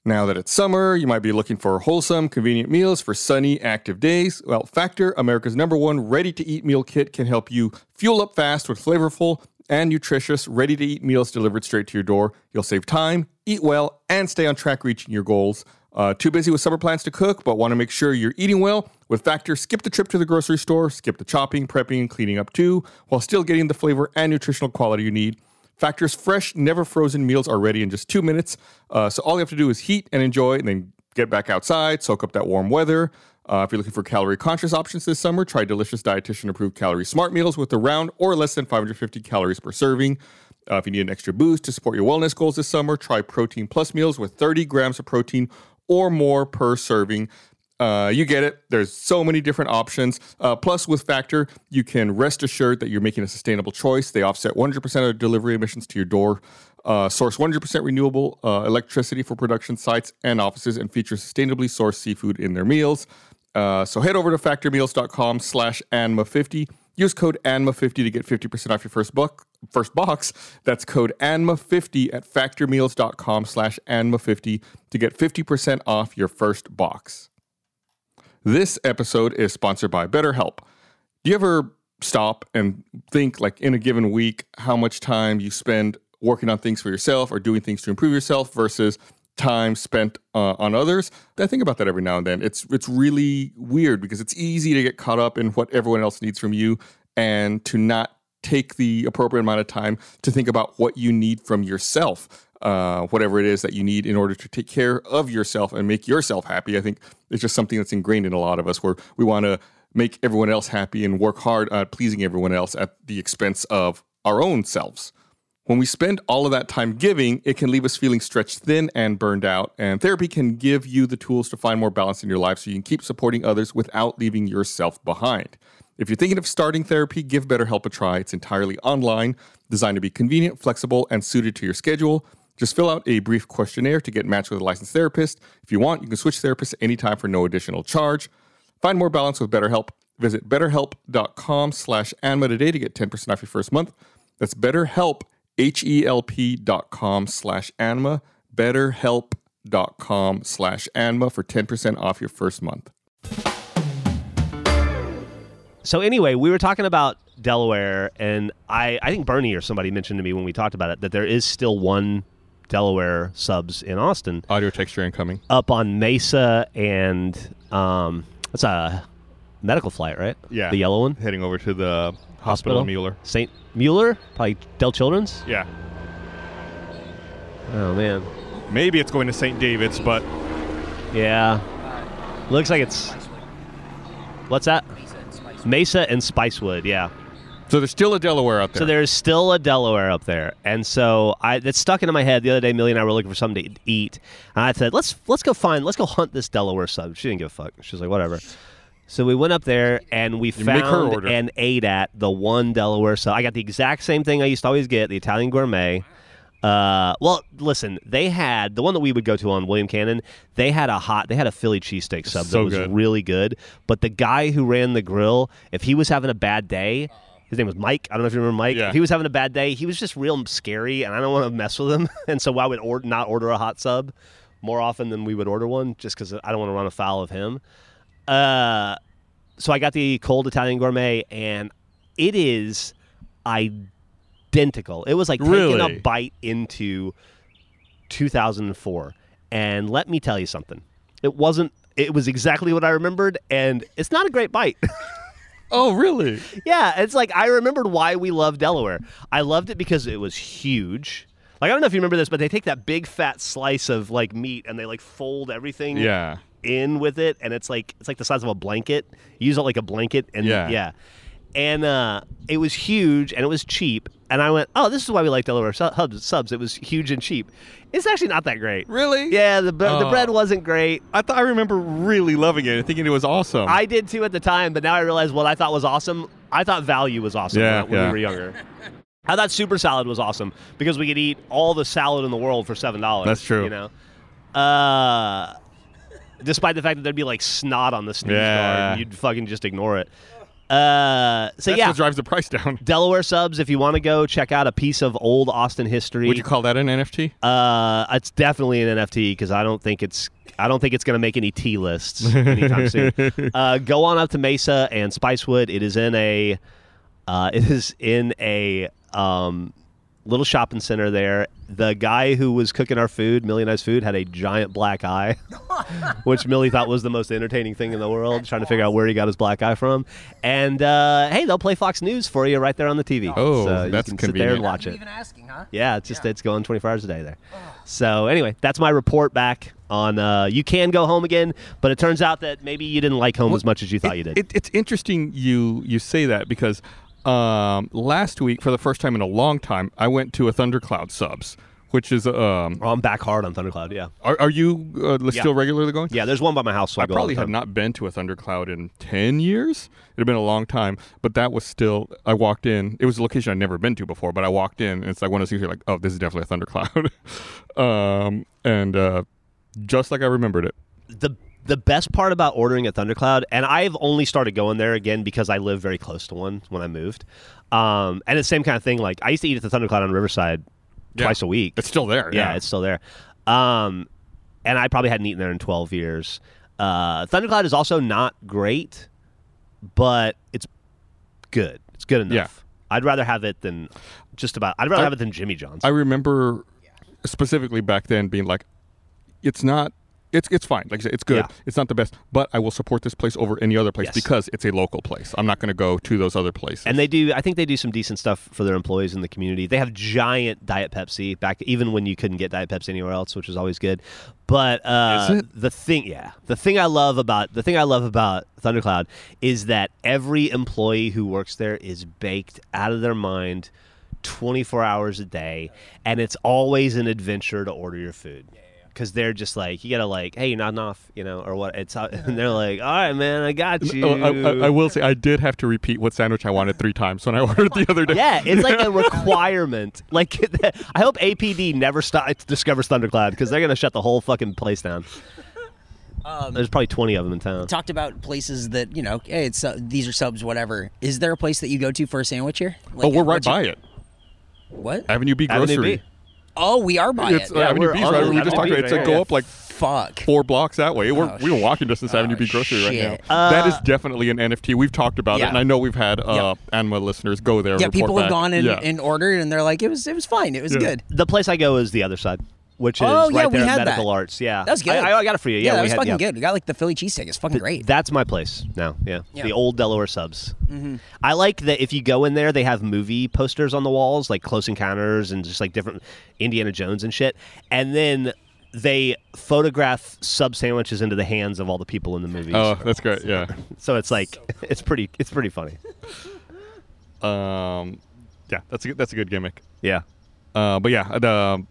Now that it's summer, you might be looking for wholesome, convenient meals for sunny, active days. Well, Factor, America's number one ready to eat meal kit, can help you fuel up fast with flavorful and nutritious ready to eat meals delivered straight to your door. You'll save time, eat well, and stay on track reaching your goals. Uh, too busy with summer plans to cook, but want to make sure you're eating well? With Factor, skip the trip to the grocery store, skip the chopping, prepping, and cleaning up too, while still getting the flavor and nutritional quality you need. Factor's fresh, never frozen meals are ready in just two minutes. Uh, so all you have to do is heat and enjoy, and then Get back outside, soak up that warm weather. Uh, if you're looking for calorie conscious options this summer, try delicious dietitian approved calorie smart meals with a round or less than 550 calories per serving. Uh, if you need an extra boost to support your wellness goals this summer, try Protein Plus meals with 30 grams of protein or more per serving. Uh, you get it. There's so many different options. Uh, plus, with Factor, you can rest assured that you're making a sustainable choice. They offset 100% of delivery emissions to your door, uh, source 100% renewable uh, electricity for production sites and offices, and feature sustainably sourced seafood in their meals. Uh, so head over to factormeals.com slash ANMA50. Use code ANMA50 to get 50% off your first book, first box. That's code ANMA50 at factormeals.com slash ANMA50 to get 50% off your first box. This episode is sponsored by BetterHelp. Do you ever stop and think, like in a given week, how much time you spend working on things for yourself or doing things to improve yourself versus time spent uh, on others? I think about that every now and then. It's it's really weird because it's easy to get caught up in what everyone else needs from you and to not take the appropriate amount of time to think about what you need from yourself uh, whatever it is that you need in order to take care of yourself and make yourself happy. I think it's just something that's ingrained in a lot of us where we want to make everyone else happy and work hard at pleasing everyone else at the expense of our own selves. When we spend all of that time giving, it can leave us feeling stretched thin and burned out. And therapy can give you the tools to find more balance in your life so you can keep supporting others without leaving yourself behind. If you're thinking of starting therapy, give BetterHelp a try. It's entirely online, designed to be convenient, flexible, and suited to your schedule. Just fill out a brief questionnaire to get matched with a licensed therapist. If you want, you can switch therapists anytime for no additional charge. Find more balance with BetterHelp. Visit betterhelp.com slash anima today to get 10% off your first month. That's betterhelp, H-E-L-P dot com slash anima, betterhelp.com slash anima for 10% off your first month. So anyway, we were talking about Delaware, and I, I think Bernie or somebody mentioned to me when we talked about it that there is still one Delaware subs in Austin Audio texture incoming. up on Mesa and um, that's a medical flight, right? Yeah. the yellow one. Heading over to the hospital, Hospital? in Mueller. St. Mueller, probably Dell Children's. Yeah. Oh man, Maybe it's going to St. David's, but yeah. Looks like it's what's that? Mesa and Spicewood, yeah. so there's still a Delaware out there. So there's still a Delaware up there, and so I that stuck into my head the other day. Millie and I were looking for something to eat, and I said, "Let's let's go find, let's go hunt this Delaware sub." She didn't give a fuck. She was like, "Whatever." So we went up there and we make her found order. and ate at the one Delaware sub. I got the exact same thing I used to always get, the Italian gourmet. Uh, well, listen, they had the one that we would go to on William Cannon. They had a hot, they had a Philly cheesesteak sub so that was good. really good. But the guy who ran the grill, if he was having a bad day, his name was Mike. I don't know if you remember Mike. Yeah. If he was having a bad day, he was just real scary, and I don't want to mess with him. [laughs] And so I would order, not order a hot sub more often than we would order one, just because I don't want to run afoul of him. Uh, so I got the cold Italian gourmet, and it is identical. It was like taking Really? a bite into 2004. And let me tell you something. It wasn't. It was exactly what I remembered, and it's not a great bite. oh, really? yeah, it's like I remembered why we love Delaware. I loved it because it was huge. Like I don't know if you remember this, but they take that big fat slice of like meat and they like fold everything Yeah. in with it and it's like it's like the size of a blanket you use it like a blanket and Yeah. yeah, and uh it was huge and it was cheap and i went oh this is why we like delaware Su- hubs subs it was huge and cheap it's actually not that great Really? yeah the, bre- Oh. the bread wasn't great I thought I remember really loving it and thinking it was awesome. i did too at the time but now i realize what i thought was awesome i thought value was awesome Yeah, when yeah. we were younger i thought super salad was awesome because we could eat all the salad in the world for seven dollars That's true. you know uh despite the fact that there'd be like snot on the sneeze Yeah. guard, you'd fucking just ignore it. Uh, so That's yeah, what drives the price down. Delaware subs. If you want to go check out a piece of old Austin history, Would you call that an NFT? uh, it's definitely an NFT because I don't think it's I don't think it's going to make any T lists anytime [laughs] soon. Uh, go on up to Mesa and Spicewood. It is in a uh, it is in a um, little shopping center there. The guy who was cooking our food, Million Eyes Food, had a giant black eye. [laughs] which Millie thought was the most entertaining thing in the world, trying to figure out where he got his black eye from. And uh, hey, they'll play Fox News for you right there on the TV. Oh, you that's can sit there convenient. and watch Not it. even asking, huh? Yeah, it's just it's going 24 hours a day there. So anyway, that's my report back on uh, you can go home again, but it turns out that maybe you didn't like home as much as you thought you did. It, it's interesting you you say that because um, last week, for the first time in a long time, I went to a Thundercloud subs, which is um, Oh, I'm back hard on Thundercloud. Yeah, are, are you uh, still regularly going? yeah. There's one by my house, so I, I go probably all the have time. not been to a thundercloud in ten years. It had been a long time, but that was still. I walked in. It was a location I'd never been to before, but I walked in, and it's like one of those things. You're like, oh, this is definitely a thundercloud, [laughs] um, and uh, just like I remembered it. the the best part about ordering at Thundercloud, and I've only started going there again because I live very close to one when I moved. Um, and it's the same kind of thing. Like I used to eat at the Thundercloud on Riverside Yeah. twice a week. It's still there. yeah, it's still there. Um, and I probably hadn't eaten there in 12 years. Uh, Thundercloud is also not great, but it's good. It's good enough. Yeah. I'd rather have it than just about. I'd rather have it than Jimmy John's. I remember specifically back then being like, it's not. It's, it's fine. Like I said, it's good. Yeah. It's not the best, but I will support this place over any other place Yes. because it's a local place. I'm not going to go to those other places. and they do. I think they do some decent stuff for their employees in the community. They have giant Diet Pepsi back, even when you couldn't get Diet Pepsi anywhere else, which is always good. But uh, Is it? the thing, yeah, the thing I love about the thing I love about Thundercloud is that every employee who works there is baked out of their mind, twenty four hours a day, and it's always an adventure to order your food. Because they're just like you gotta like, hey, you're not enough, you know, or what? It's uh, [laughs] and [laughs] they're like, all right, man, I got you. Oh, I, I, I will say I did have to repeat what sandwich I wanted three times when I [laughs] ordered the other day. Yeah, it's [laughs] like a requirement. Like, [laughs] I hope APD never sto- discovers Thundercloud because they're gonna shut the whole fucking place down. Um, There's probably twenty of them in town. Talked about places that you know. Hey, it's uh, these are subs, whatever. Is there a place that you go to for a sandwich here? Like, Oh, we're right what's your- by it. What? Avenue B Avenue Grocery. B. Oh, we are by It's it. uh, Avenue we're B's on right the where we Avenue just talked B about. it. It's right a go here. up like Fuck. four blocks that way. We're, Oh, we were walking distance to Avenue B Grocery right shit. Uh, now. that is definitely an NFT. We've talked about Yeah. it, and I know we've had uh, ANMA listeners go there. and Yeah, report people have back. gone and, Yeah. and ordered, and they're like, it was it was fine. It was Yeah. good. The place I go is the other side, which is Oh, right yeah, we there at had Medical that. Arts. Yeah, That was good. I, I got it for you. Yeah, that we was had, fucking yeah. good. We got like the Philly cheesesteak. It's fucking great. That's my place now. Yeah. Yeah. The old Delaware subs. I like that if you go in there, they have movie posters on the walls, like Close Encounters and just like different Indiana Jones and shit. And then they photograph sub sandwiches into the hands of all the people in the movies. Oh, that's great. Yeah. So it's like it's pretty it's pretty funny. Um, yeah, that's a good, that's a good gimmick. Yeah. Uh, but yeah, the,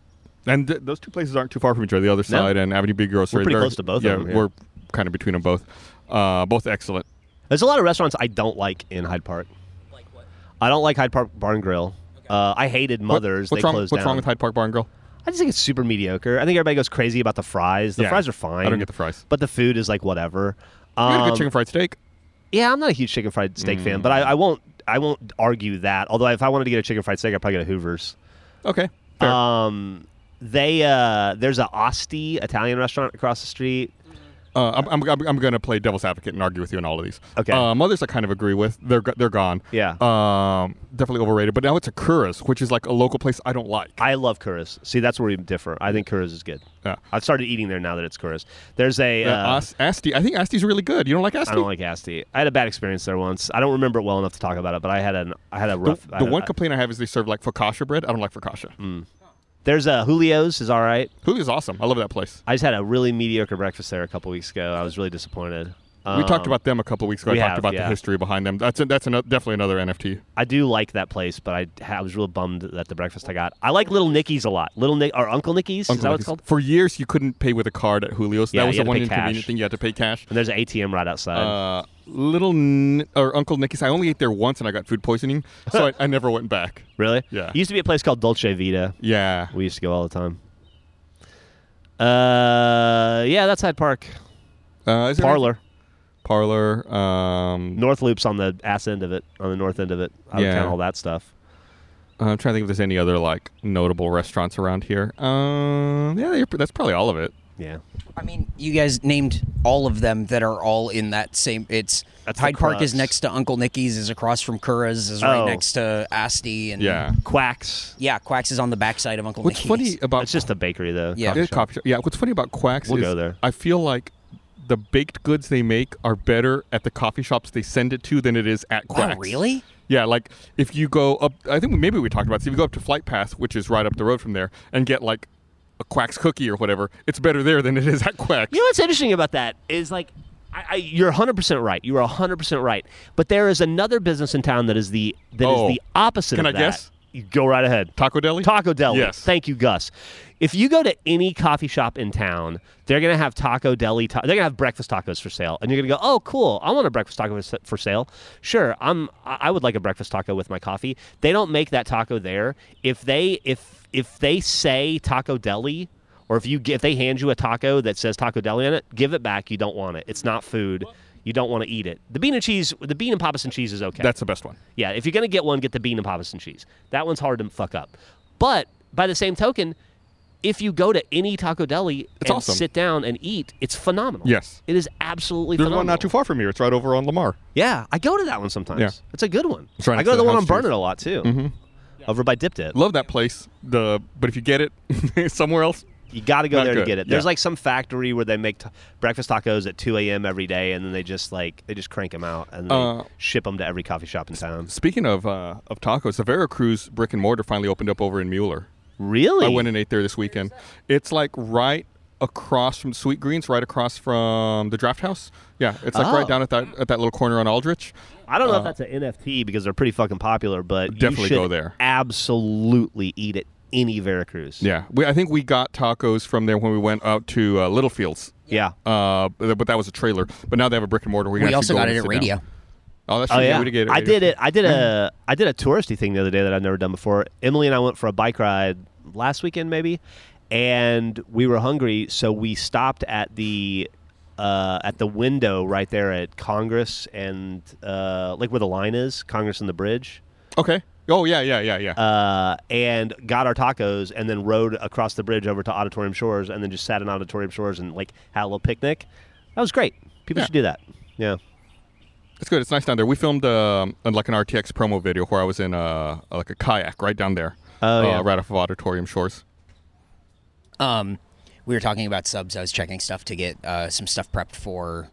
and th- those two places aren't too far from each other. The other side and Avenue B Grocery. We're pretty they're- close to both of Yeah, them, yeah. we're kind of between them both. Uh, both excellent. There's a lot of restaurants I don't like in Hyde Park. like what? I don't like Hyde Park Barn and Grill. Uh, I hated What- Mothers. what's they wrong? closed what's down. wrong with Hyde Park Barn Girl? I just think it's super mediocre. I think everybody goes crazy about the fries. The Yeah. fries are fine. I don't get the fries. But the food is like whatever. You got a Um, good chicken Mm. fried steak. yeah, I'm not a huge chicken fried steak fan, but I, I won't I won't argue that. Although if I wanted to get a chicken fried steak, I'd probably get a Hoover's. Okay. Fair. Um, they uh, there's a Osti Italian restaurant across the street. Uh, I'm, I'm, I'm- I'm going to play devil's advocate and argue with you on all of these. Okay. Uh, mothers, I kind of agree with. They're go- they're gone. Yeah. Um, definitely overrated. But now it's a Kuras, which is like a local place I don't like. Uh, I love Curris. See, that's where we differ. I think Curris is good. Yeah. I've started eating there now that it's Curris. There's a Uh, uh, Ast- Asti, I think Asti's really good. You don't like Asti? I don't like Asti. I had a bad experience there once. I don't remember it well enough to talk about it, but I had an I had a the rough. I Hmm. the had a- one complaint I have is they serve like focaccia bread. I don't like focaccia. there's a Julio's is all right. Julio's awesome. I love that place. I just had a really mediocre breakfast there a couple weeks ago. I was really disappointed. we talked Um, about them a couple of weeks ago. I we talked have, about yeah. the history behind them. That's a, that's ano- definitely another NFT. I do like that place, but I, ha- I was real bummed that the breakfast I got. I like Little Nicky's a lot. Little Nick or Uncle Nicky's is that Uncle what Nicky's. it's called? For years, you couldn't pay with a card at Julio's. Yeah, that was you had the to one pay inconvenient cash. thing. You had to pay cash. And there's an ATM right outside. Uh, little N- or Uncle Nicky's. I only ate there once and I got food poisoning, so I, I never went back. really? yeah. It used to be a place called Dolce Vita. Yeah, [laughs] We used to go all the time. Uh, yeah, that's Hyde Park. uh, is there Parlor, any- parlor. Um, North Loop's on the ass end of it, on the north end of it. I would Yeah. count all that stuff. I'm trying to think if there's any other like notable restaurants around here. Um, yeah, you're- that's probably all of it. Yeah. I mean, you guys named all of them that are all in that same. It's That's the Hyde Park crux. is next to Uncle Nicky's, is across from Kura's, is right Oh. next to Asti, Hmm. and Yeah. Quacks. yeah, Quacks is on the backside of Uncle What's Nicky's. funny about It's just a bakery though. Yeah. Yeah, cop shop. Yeah, what's funny about Quacks We'll is go there. I feel like the baked goods they make are better at the coffee shops they send it to than it is at Quacks. really? Yeah, like if you go up, I think maybe we talked about this. If you go up to Flight Path, which is right up the road from there, and get like a Quacks cookie or whatever, it's better there than it is at Quacks. You know what's interesting about that is like, I, I, you're 100% right. You are 100% right. But there is another business in town that is the that is Oh. the opposite Can of that. I guess? You go right ahead. Taco Deli? Taco Deli. Yes. Thank you, Gus. If you go to any coffee shop in town, they're going to have Taco Deli. Ta- they're going to have breakfast tacos for sale. And you're going to go, oh, cool. I want a breakfast taco s- for sale. Sure. I'm, I I would like a breakfast taco with my coffee. They don't make that taco there. If they, if, if they say Taco Deli, or if you gi- if they hand you a taco that says Taco Deli on it, give it back. You don't want it. It's not food. You don't want to eat it. The bean and cheese, the bean and papas and cheese is okay. That's the best one. Yeah, if you're gonna get one, get the bean and papas and cheese. That one's hard to fuck up. But by the same token, if you go to any taco deli and awesome. sit down and eat, it's phenomenal. Yes. it is absolutely There's phenomenal. one not too far from here. It's right over on Lamar. Yeah, I go to that one sometimes. Yeah. it's a good one. right Mm-hmm. I next go to to the the one on house, too. Burnet a lot too. Over by Dip Dip. Love that place. The but if you get it [laughs] somewhere else, You got to go Not there to good, get it. There's yeah. like some factory where they make t- breakfast tacos at 2 a.m. every day, and then they just like they just crank them out and they Uh, ship them to every coffee shop in town. Speaking of uh, of tacos, the Veracruz brick and mortar finally opened up over in Mueller. Really? I went and ate there this weekend. It's like right across from Sweet Greens, right across from the Draft House. Yeah, it's like Oh. right down at that at that little corner on Aldrich. I don't know if that's an NFT because they're pretty fucking popular, but you Uh, Definitely should go there. Absolutely eat at any Veracruz. Yeah, we, I think we got tacos from there when we went out to uh, Littlefields. Yeah. Oh, Uh, but but that was a trailer. But now they have a brick and mortar. We, We also got it at Radio. Down. Oh, that's Oh true. yeah, we did get it. Mm-hmm. at I Radio. did it. I did a I did a touristy thing the other day that I've never done before. Emily and I went for a bike ride last weekend, maybe, and we were hungry, so we stopped at the uh, at the window right there at Congress and uh, like where the line is, Congress and the bridge. Okay. Oh yeah, yeah, yeah, yeah. uh, and got our tacos and then rode across the bridge over to Auditorium Shores and then just sat in Auditorium Shores and like had a little picnic. That was great. People Yeah. should do that. Yeah. It's good. It's nice down there. We filmed um, like an RTX promo video where I was in uh, like a kayak right down there, Oh, uh, yeah. right off of Auditorium Shores. Um, we were talking about subs. I was checking stuff to get uh, some stuff prepped for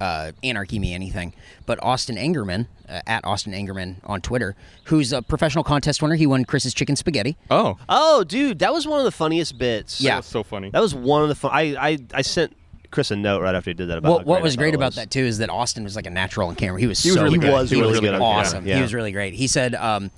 uh, Anarchy Me Anything. But Austin Engerman, uh, at Austin Engerman on Twitter, who's a professional contest winner, he won Chris's Chicken Spaghetti. Oh, Oh, dude, that was one of the funniest bits. Yeah. that was so funny. That was one of the fun. I, I, I sent Chris a note right after he did that about What, how what was I thought great it about that too is that Austin was like a natural on camera. He was was so really good. good. He was really good on camera. awesome. Yeah. He was really great. He said um,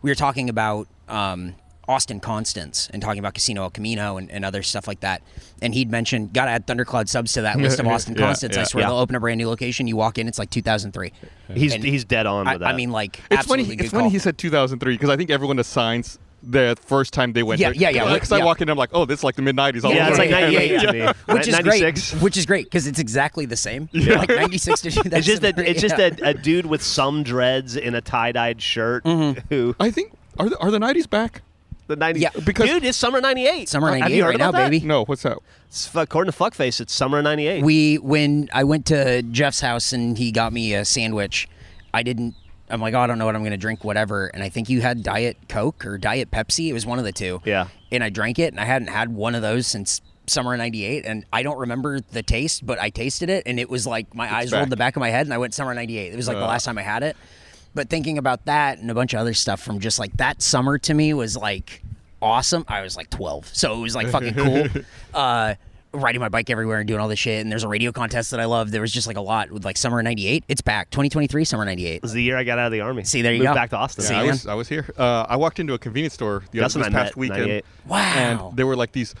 we were talking about um, Austin Constance and talking about Casino El Camino and, and other stuff like that. And he'd mentioned gotta add Thundercloud subs to that list [laughs] of Austin Yeah, Constance. I yeah. swear Yeah. they'll open a brand new location. You walk in, it's like 2003. He's And he's dead on I, with that. I mean, like It's funny. absolutely It's good funny call. he said 2003 because I think everyone assigns the first time they went. Yeah, there. yeah, yeah, Because I yeah. walk in, I'm like, oh, this is like the mid 90s. all yeah, it's over like Yeah, yeah, 98 yeah, to me. Which is 96. great. Which is great because it's exactly the same. Like 96 to 2003. It's just that it's just yeah. a, a dude with some dreads in a tie-dyed shirt [laughs] who I think are the, are the 90s back? the 90s Mm-hmm. Yeah. Because- dude, it's summer 98. Summer Have you 98 heard right now, about that? baby. No, what's that? It's fu- According to Fuckface, it's summer of '98. we when I went to Jeff's house and he got me a sandwich, I didn't. I'm like, oh, I don't know what I'm gonna drink, whatever. And I think you had Diet Coke or Diet Pepsi. It was one of the two. Yeah. And I drank it, and I hadn't had one of those since summer '98, and I don't remember the taste, but I tasted it, and it was like my eyes rolled back. the back of my head, and I went summer '98. It was like the last time I had it. But thinking about that and a bunch of other stuff from just like that summer to me was like awesome. I was like 12, so it was like fucking cool. uh, riding my bike everywhere and doing all this shit. And there's a radio contest that I love. There was just like a lot with like summer '98. It's back 2023 summer '98. It was the year I got out of the army. See, there you Moved go. back to Austin. See, I man. was I was here. Uh, I walked into a convenience store the That's other when this I past met, weekend. 98. Wow. And there were like these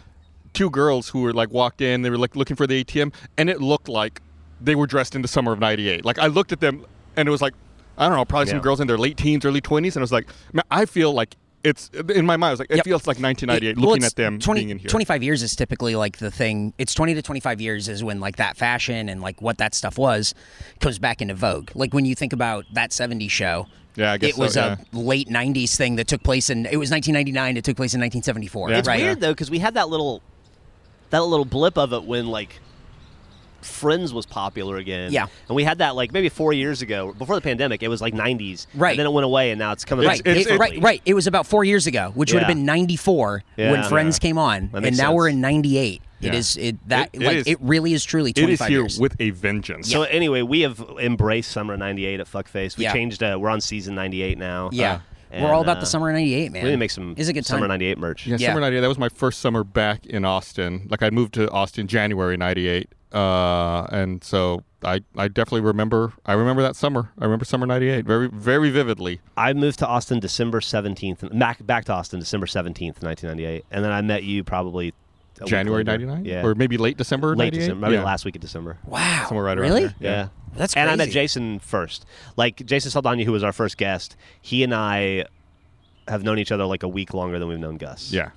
two girls who were like walked in. They were like looking for the ATM, and it looked like they were dressed in the summer of '98. Like I looked at them, and it was like I don't know, probably some Yeah. girls in their late teens, early twenties, and I was like, man, I feel like it's in my mind. I was like, it Yep. feels like 1998 It- well, looking it's at them 20 being in here. 25 years is typically like the thing. It's 20 to 25 years is when like that fashion and like what that stuff was comes back into vogue. Like when you think about that 70s show. Yeah, I guess it was so, a late '90s thing that took place in. It was 1999. It took place in 1974. Yeah. It's right? Weird though, because we had that little that little blip of it when like Friends was popular again. Yeah. and we had that like maybe four years ago before the pandemic. It was like '90s, Right. And then it went away, and now it's coming Right, back. it's- it- it's- differently. right, right. It was about four years ago, which would have Yeah. been '94 when Yeah. Friends Yeah. came on, That and makes now we're sense. in '98. It Yeah. is it that It- it like is- it really is truly It 25 is here years. with a vengeance. So anyway, we have embraced summer '98 at Fuckface. We Yeah. changed. Uh, we're on season '98 now. yeah, Uh, we're all and, about uh, the summer '98 man. We need to make some Is a good summer time. '98 merch. Yeah, Yeah. summer '98. That was my first summer back in Austin. Like I moved to Austin January '98, uh, and so I I definitely remember. I remember that summer. I remember summer '98 very very vividly. I moved to Austin December 17th, back back to Austin December 17th, 1998, and then I met you probably a week January later. '99, Yeah, or maybe late December. late 98? December, maybe yeah. last week of December. Wow, Somewhere right around really? there. Yeah. That's and I met crazy. Jason first. Like Jason Saldana, who was our first guest, he and I have known each other like a week longer than we've known Gus. Yeah,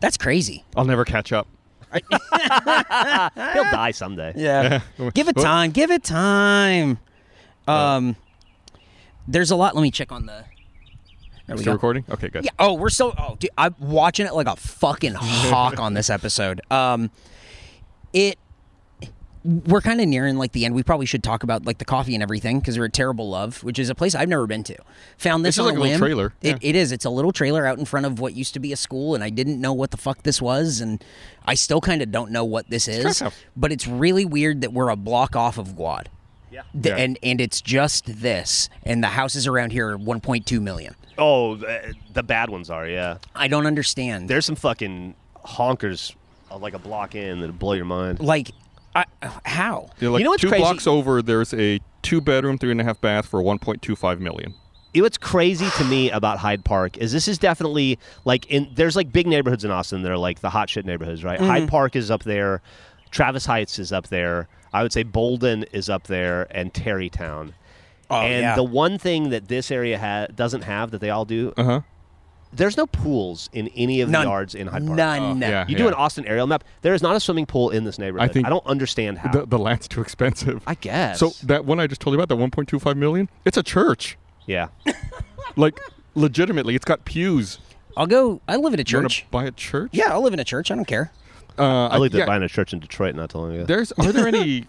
That's crazy. I'll never catch up. he'll die someday. Yeah. give it time. Give it time. Um, there's a lot. Let me check on the. There we Still go. recording? Okay, good. Yeah. Oh, we're so. Oh, dude, I'm watching it like a fucking hawk on [laughs] this episode. Um, it. We're kind of nearing like the end. We probably should talk about like the coffee and everything because we're at Terrible Love, which is a place I've never been to. Found this This is on like a a little whim. trailer. It, Yeah. it is. It's a little trailer out in front of what used to be a school, and I didn't know what the fuck this was, and I still kind of don't know what this is. kind of- But it's really weird that we're a block off of Guad. Yeah. Yeah. And and it's just this, and the houses around here are 1.2 million. Oh, the, the bad ones are, yeah. I don't understand. There's some fucking honkers uh, like a block in that'll blow your mind. like I, how You're like You know what's two crazy? blocks over. There's a two bedroom, three and a half bath for 1.25 million. You know what's crazy to me about Hyde Park is this is definitely like in there's like big neighborhoods in Austin that are like the hot shit neighborhoods, right? Mm-hmm. Hyde Park is up there, Travis Heights is up there. I would say Bolden is up there and Terrytown. Oh, and yeah. the one thing that this area ha- doesn't have that they all do, Uh huh. there's no pools in any of None. the yards in Hyde Park. none Oh, yeah. You do an Austin aerial map, there is not a swimming pool in this neighborhood. think- I don't understand how. The, the land's too expensive. I guess. so that one I just told you about, that 1.25 million, it's a church. [coughs] yeah. Like legitimately, it's got pews. i'll go i live in a You want church to buy a church? yeah i'll live in a church i don't care Uh, I lived yeah, at buying a church in Detroit not too long ago. There's are there [laughs] any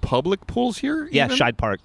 public pools here? Yeah, even? Shide Park.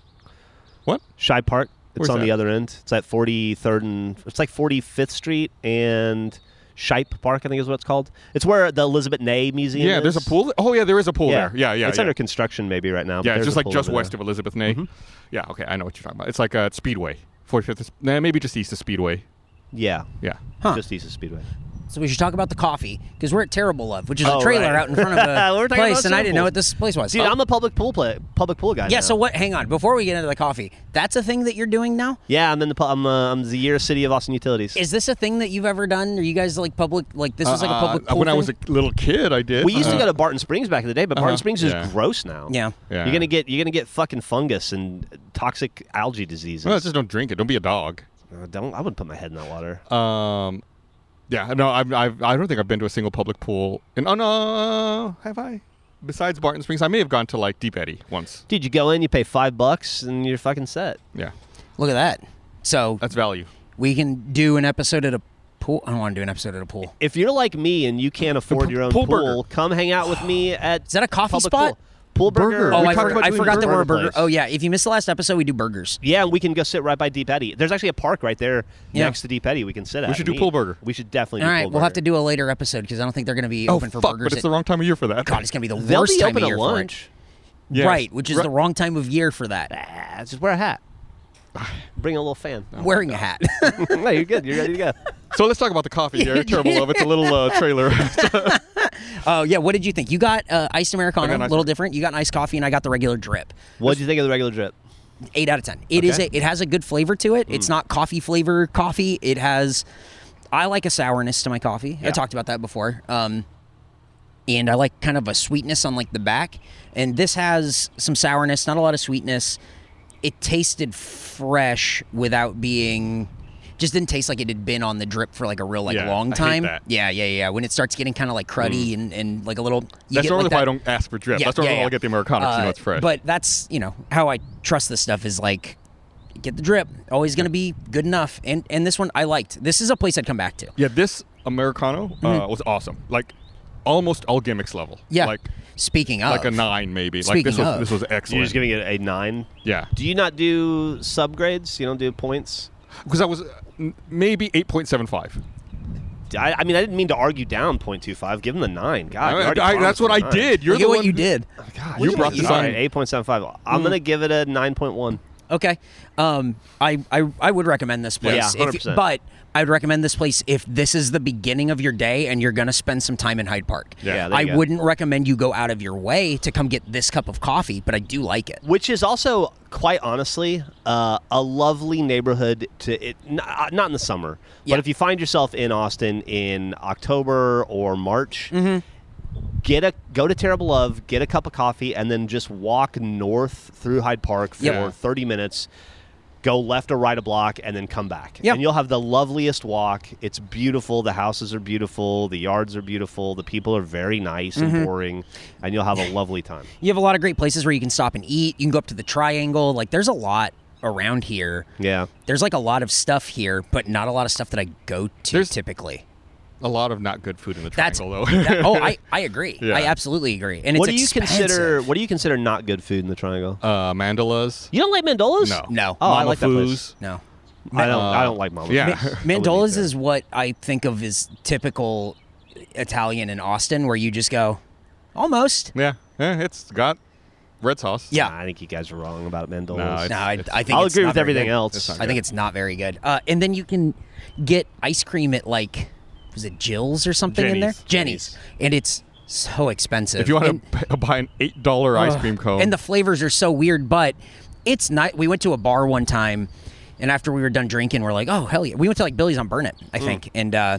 What? Shy Park. It's Where's on the that? other end. It's at 43rd and it's like 45th Street and Shipe Park, I think is what it's called. It's where the Elizabeth Ney Museum Yeah, there's a is. pool. th- Oh yeah, there is a pool there. Yeah, yeah. It's yeah. under construction maybe right now. but yeah, there's it's just a like pool just over west there. Mm-hmm. of Elizabeth Ney. Yeah, okay, I know what you're talking about. It's like uh, Speedway, 45th, is- nah, maybe just east of Speedway. Yeah. Yeah. Huh. Just east of Speedway. so we should talk about the coffee because we're at terrible love which is Oh, a trailer right. out in [laughs] front of We're a talking place about and i didn't know Temple. what this place was Dude, Oh, I'm a public pool play, public pool guy. yeah now. so what hang on before we get into the coffee that's a thing that you're doing now Yeah, I'm in the pu- I'm, uh, I'm the year city of Austin Utilities. is this a thing that you've ever done are you guys like public like this is like a public Uh, pool when I thing? was a little kid, I did. we used to Uh, go to Barton Springs back in the day, but Barton Springs Uh-huh. Yeah. is gross now. Yeah. Yeah. You're gonna get you're gonna get fucking fungus and toxic algae diseases. Well, just don't drink it. Don't be a dog. Uh, don't I wouldn't put my head in that water. Um, yeah, no, I've, I've, I don't think I've been to a single public pool. And oh no, have I? Besides Barton Springs, I may have gone to like Deep Eddy once. Dude, you go in, you pay five bucks, and you're fucking set. Yeah, look at that so that's value. we can do an episode at a pool i don't want to do an episode at a pool If you're like me and you can't afford your own pool pool, burger. come hang out with me at. Is that a coffee spot? Pool, pool burger. Burger. oh we i, talked for- about I doing forgot that we're a burger burger place. oh yeah if you missed the last episode we do burgers Yeah, and we can go sit right by Deep Eddy. There's actually a park right there Yeah. next to Deep Eddy. We can sit at. should and do eat. pool burger. We should definitely. all do right pool we'll have to burger. do a later episode because i don't think they're going to be Oh open for fuck! burgers But it's at- the wrong time of year for that. God, it's gonna be the They'll worst be time of open at year lunch. for it. Yes. Right, which is Ri- the wrong time of year for that. Ah, just wear a hat. [sighs] Bring a [laughs] little fan. [laughs] Wearing a [laughs] hat. no, you're good. [laughs] You're ready to go. So let's talk about the coffee. Yeah, terrible love. It's a little uh, trailer. [laughs] Oh yeah, what did you think? You got uh, iced I americano, got a an iced- little different. You got an iced coffee, and I got the regular drip. What do you think of the regular drip? Eight out of ten. It is. Okay. A, it has a good flavor to it. Mm. It's not coffee flavor coffee. It has. I like a sourness to my coffee. I talked about that before. Um, and I like kind of a sweetness on like the back. And this has some sourness, not a lot of sweetness. It tasted fresh without being just didn't taste like it had been on the drip for like a real like Yeah, long I hate time. that. Mm. Yeah, yeah, yeah. When it starts getting kind of like cruddy and, and like a little you that's get normally like why I that- don't ask for drip. that's normally why I get the americano. 'cause you Uh, know it's fresh. But that's you know how I trust this stuff is like get the drip. Always going to be good enough. And and this one I liked. This is a place I'd come back to. yeah, this americano uh, was awesome. Like almost all gimmicks level. Mm-hmm. Yeah. Like Speaking of, like a nine maybe. like Speaking this was of. this was You're excellent. just giving it a nine. yeah. Do you not do subgrades? You don't do points? Because I was uh, m- maybe eight point seven five. I, I mean, I didn't mean to argue down 0.25. Give him the nine. God, you already promised that's what him I nine. did. You're look the at what one you did. God, You Hmm. brought this All on. right, 8.75. I'm going to give it a 9.1. Okay. Um, I, I I would recommend this place. Yeah, if- 100%. but I would recommend this place if this is the beginning of your day and you're going to spend some time in Hyde Park. Yeah, there I you go. wouldn't recommend you go out of your way to come get this cup of coffee, but I do like it. which is also quite honestly uh, a lovely neighborhood to it n- uh, not in the summer Yeah. but if you find yourself in austin in october or march Mm-hmm. get a go to terrible love get a cup of coffee and then just walk north through hyde park for Yep. 30 minutes go left or right a block and then come back Yep. and you'll have the loveliest walk it's beautiful the houses are beautiful the yards are beautiful the people are very nice Mm-hmm. and boring and you'll have a lovely time You have a lot of great places where you can stop and eat. You can go up to the Triangle. Like there's a lot around here. yeah There's like a lot of stuff here, but not a lot of stuff that I go to There's- typically. a lot of not good food in the That's triangle though. that- oh, [laughs] I, I agree. Yeah. I absolutely agree. And it's what do you consider? expensive. What do you consider not good food in the Triangle? [laughs] uh, mandolas. You don't like mandolas? No. No. Oh, I like that Mamafu's. place. No. I don't. I don't Uh, like mamafu's. yeah. [laughs] I wouldn't eat Mandola's there. is what I think of as typical Italian in Austin, where you just go, almost. Yeah. Eh, it's got red sauce. Yeah. Nah, I think you guys are wrong about mandolas. No, it's- No, I, I think I'll it's agree not with very everything good. else. I think it's not very good. Uh, and then you can get ice cream at like, was it Jill's or something in there? Jenny's. Jenny's, and it's so expensive. If you want And- to [laughs] buy an eight dollar ice Ugh. cream cone, And the flavors are so weird, but it's not. We went to a bar one time, and after we were done drinking, we're like, oh, hell yeah. We went to like Billy's on Burnet, I Mm. think, and uh,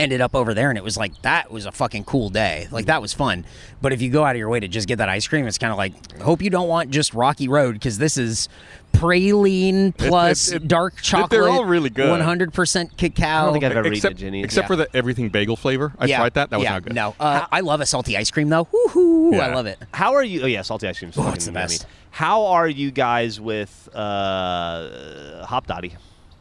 ended up over there, and it was like, that was a fucking cool day. Like, that was fun. But if you go out of your way to just get that ice cream, it's kind of like, hope you don't want just Rocky Road, because this is praline plus it- dark they're all chocolate. really good. 100% cacao. I don't think I've ever except, eaten Jenny's. except for the everything bagel flavor. I yeah, tried that. That was yeah, not good. No, uh, I love a salty ice cream though. Woohoo! I Yeah. love it. How are you? Oh yeah, salty ice cream. Oh, it's the best. How are you guys with uh, Hop Dotty,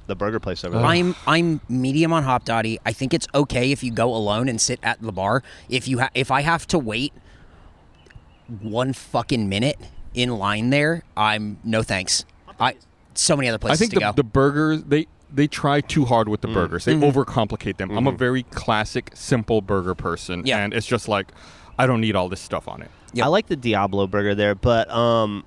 the burger place over there? I'm I'm medium on Hop Dotty. I think it's okay if you go alone and sit at the bar. If you ha- if I have to wait one fucking minute in line there, I'm no thanks. I so many other I places think to the, go. Mm. the burgers they they try too hard with the burgers. They Mm-hmm. overcomplicate them. I'm a very classic, simple burger person, Yeah. and it's just like I don't need all this stuff on it. Yep. I like the Diablo burger there, but um,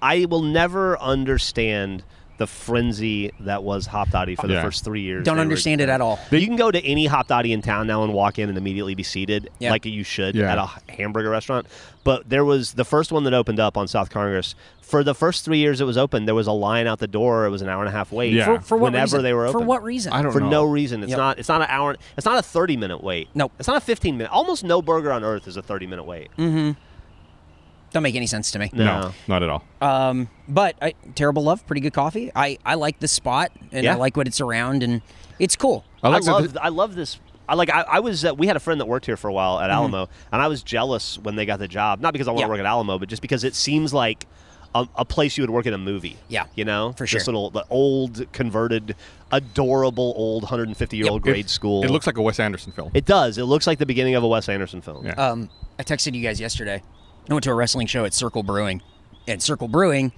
I will never understand the frenzy that was Hop Dotty for the Yeah. first three years. Don't they were- understand it at all. you can go to any Hop Dotty in town now and walk in and immediately be seated, Yeah. like you should Yeah. at a hamburger restaurant. But there was the first one that opened up on South Congress. For the first three years it was open, there was a line out the door. It was an hour and a half wait. Yeah. For- for what whenever reason? they were open. For what reason? I don't For know. no reason. It's Yep. not. It's not an hour. It's not a thirty-minute wait. Nope. It's not a fifteen-minute. Almost no burger on earth is a thirty-minute wait. Don't make any sense to me. No. no, not at all. Um, but I, terrible love, pretty good coffee. I I like the spot and Yeah. I like what it's around and it's cool. I like I that. love th- I love this. I like I, I was uh, we had a friend that worked here for a while at Mm-hmm. Alamo, and I was jealous when they got the job. Not because I want to Yeah. work at Alamo, but just because it seems like a, a place you would work in a movie. Yeah, you know, for This sure. little the old converted, adorable old 150 year old It- grade school. It looks like a Wes Anderson film. It does. It looks like the beginning of a Wes Anderson film. Yeah. Um, I texted you guys yesterday. I went to a wrestling show at Circle Brewing, and Circle Brewing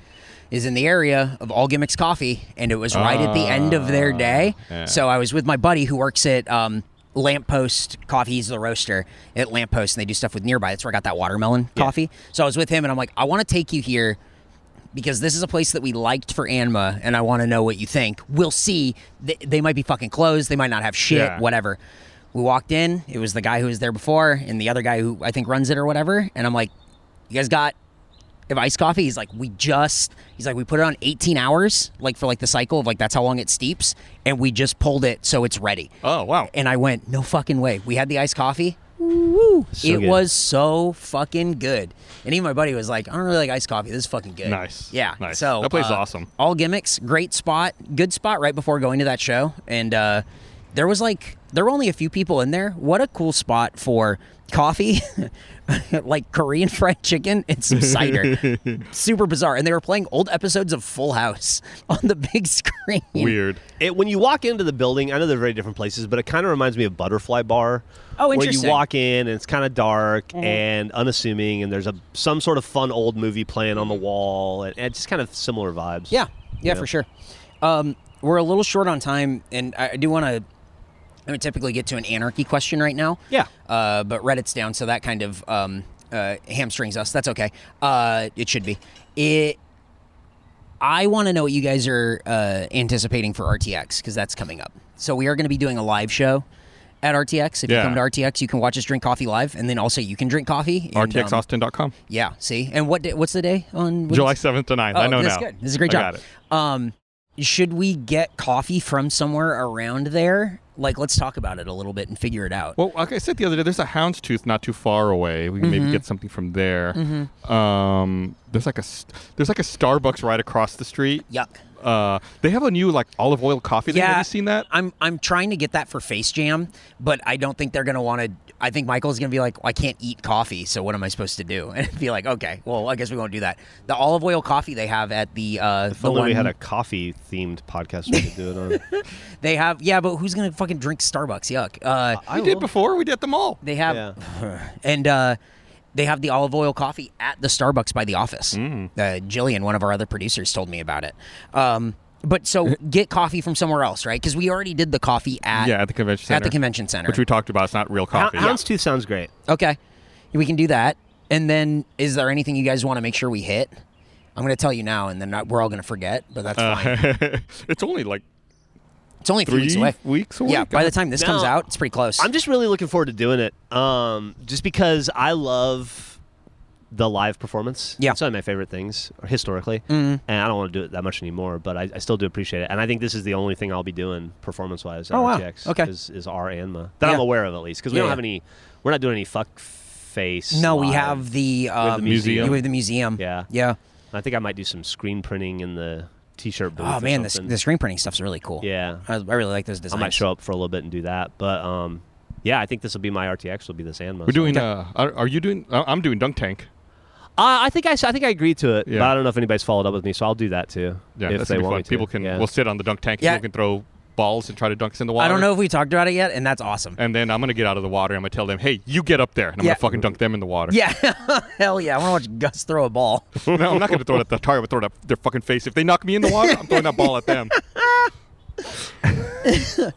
is in the area of All Gimmicks Coffee, and it was right at the end of their day. yeah. So I was with my buddy who works at um, Lamppost Coffee. He's the roaster at Lamppost, and they do stuff with nearby. That's where I got that watermelon coffee. So I was with him, and I'm like, I want to take you here because this is a place that we liked for Anma, and I want to know what you think. We'll see. They, they might be fucking closed. They might not have shit. Yeah. Whatever. We walked in. It was the guy who was there before, and the other guy who I think runs it or whatever. And I'm like, "You guys got if iced coffee?" He's like, "We just." He's like, "We put it on 18 hours, like for like the cycle of like that's how long it steeps, and we just pulled it so it's ready." oh wow. And um, I went, "No fucking way." We had the iced coffee. So it good. was so fucking good. And even my buddy was like, I don't really like iced coffee. This is fucking good. Nice. Yeah. Nice. So That place is uh, awesome. All gimmicks, great spot, good spot right before going to that show. And uh, there was like there were only a few people in there. What a cool spot for coffee, [laughs] like Korean [laughs] fried chicken, and some [laughs] cider. Super bizarre. And they were playing old episodes of Full House [laughs] on the big screen. Weird. It, when you walk into the building, I know they're very different places, but it kind of reminds me of Butterfly Bar. Oh, Where interesting. you walk in and it's kind of dark and unassuming, and there's a some sort of fun old movie playing on the wall, and, and just kind of similar vibes. Yeah, yeah, Yeah. for sure. Um, we're a little short on time, and I I do want to. I would typically get to an anarchy question right now. Yeah. Uh, but Reddit's down, so that kind of um, uh, hamstrings us. That's okay. Uh, it should be. It. I want to know what you guys are uh, anticipating for RTX because that's coming up. So we are going to be doing a live show at RTX. If you Yeah. come to RTX, you can watch us drink coffee live, and then also you can drink coffee. and, um, RTXaustin.com. yeah. See. And what day, what's the day on what July is- 7th to 9th. Oh, I know that's now. good. This is a great I job. got it. Um, should we get coffee from somewhere around there? Like, let's talk about it a little bit and figure it out. Well, like I said the other day, there's a houndstooth not too far away. We can maybe Mm-hmm. get something from there. Um, there's like a s- there's like a Starbucks right across the street. Yuck. Uh, they have a new like olive oil coffee. thing. Have you seen that? I'm I'm trying to get that for Face Jam, but I don't think they're gonna want to. I think Michael's gonna be like, "Well, I can't eat coffee, so what am I supposed to do? [laughs] And be like, okay, well, I guess we won't do that. The olive oil coffee they have at the uh, If the only one we had a coffee themed podcast we could do it on. they have, yeah, but who's gonna fucking drink Starbucks? Yuck. Uh, I we did will. before. We did at the mall. They have, [laughs] and uh, they have the olive oil coffee at the Starbucks by the office. Mm. Uh, Jillian, one of our other producers, told me about it. Um, but [laughs] so get coffee from somewhere else, right? Because we already did the coffee at yeah, at the convention center. at the convention center. which we talked about. It's not real coffee. Hound- Houndstooth sounds great. okay, we can do that. And then, is there anything you guys want to make sure we hit? I'm going to tell you now, and then I- we're all going to forget. But that's fine. [laughs] it's only like It's only a few weeks Uh, [laughs] three away. weeks away? Yeah. By the time this comes Now- out, it's pretty close. I'm just really looking forward to doing it. Um, just because I love the live performance. Yeah. Mm-hmm. It's one of my favorite things historically. And I don't want to do it that much anymore, but I, I still do appreciate it. And I think this is the only thing I'll be doing performance wise at Oh, wow. RTX Okay. is, is our anima. That I'm Yeah. aware of at least. Because we Yeah, don't yeah. have any we're not doing any fuck face. no, we live. have the, um, museum. We have the museum. Yeah. Yeah. I think I might do some screen printing in the t shirt booth. Oh or man, Oh, the, something. the screen printing stuff's really cool. Yeah. I, I really like those I designs. might show up for a little bit and do that. But um yeah, I think this will be my RTX. Will be this anima. We're doing. Uh, are, are you doing? I- I'm doing Dunk Tank. Uh, I think I, s- I think I agreed to it, but Yeah. I don't know if anybody's followed up with me, so I'll do that too. Yeah, if that's they gonna be want fun. me to. People can. Yeah. We'll sit on the Dunk Tank. Yeah. People can throw balls and try to dunk us in the water. I don't know if we talked about it yet, and that's awesome. And then I'm gonna get out of the water. and I'm gonna tell them, "Hey, you get up there," and I'm Yeah. gonna fucking dunk them in the water. [laughs] Yeah, [laughs] hell yeah! I want to watch Gus throw a ball. [laughs] [laughs] no, I'm not gonna throw it at the target. I'm gonna throw it at their fucking face. If they [laughs] knock me in the water, I'm throwing that ball at them.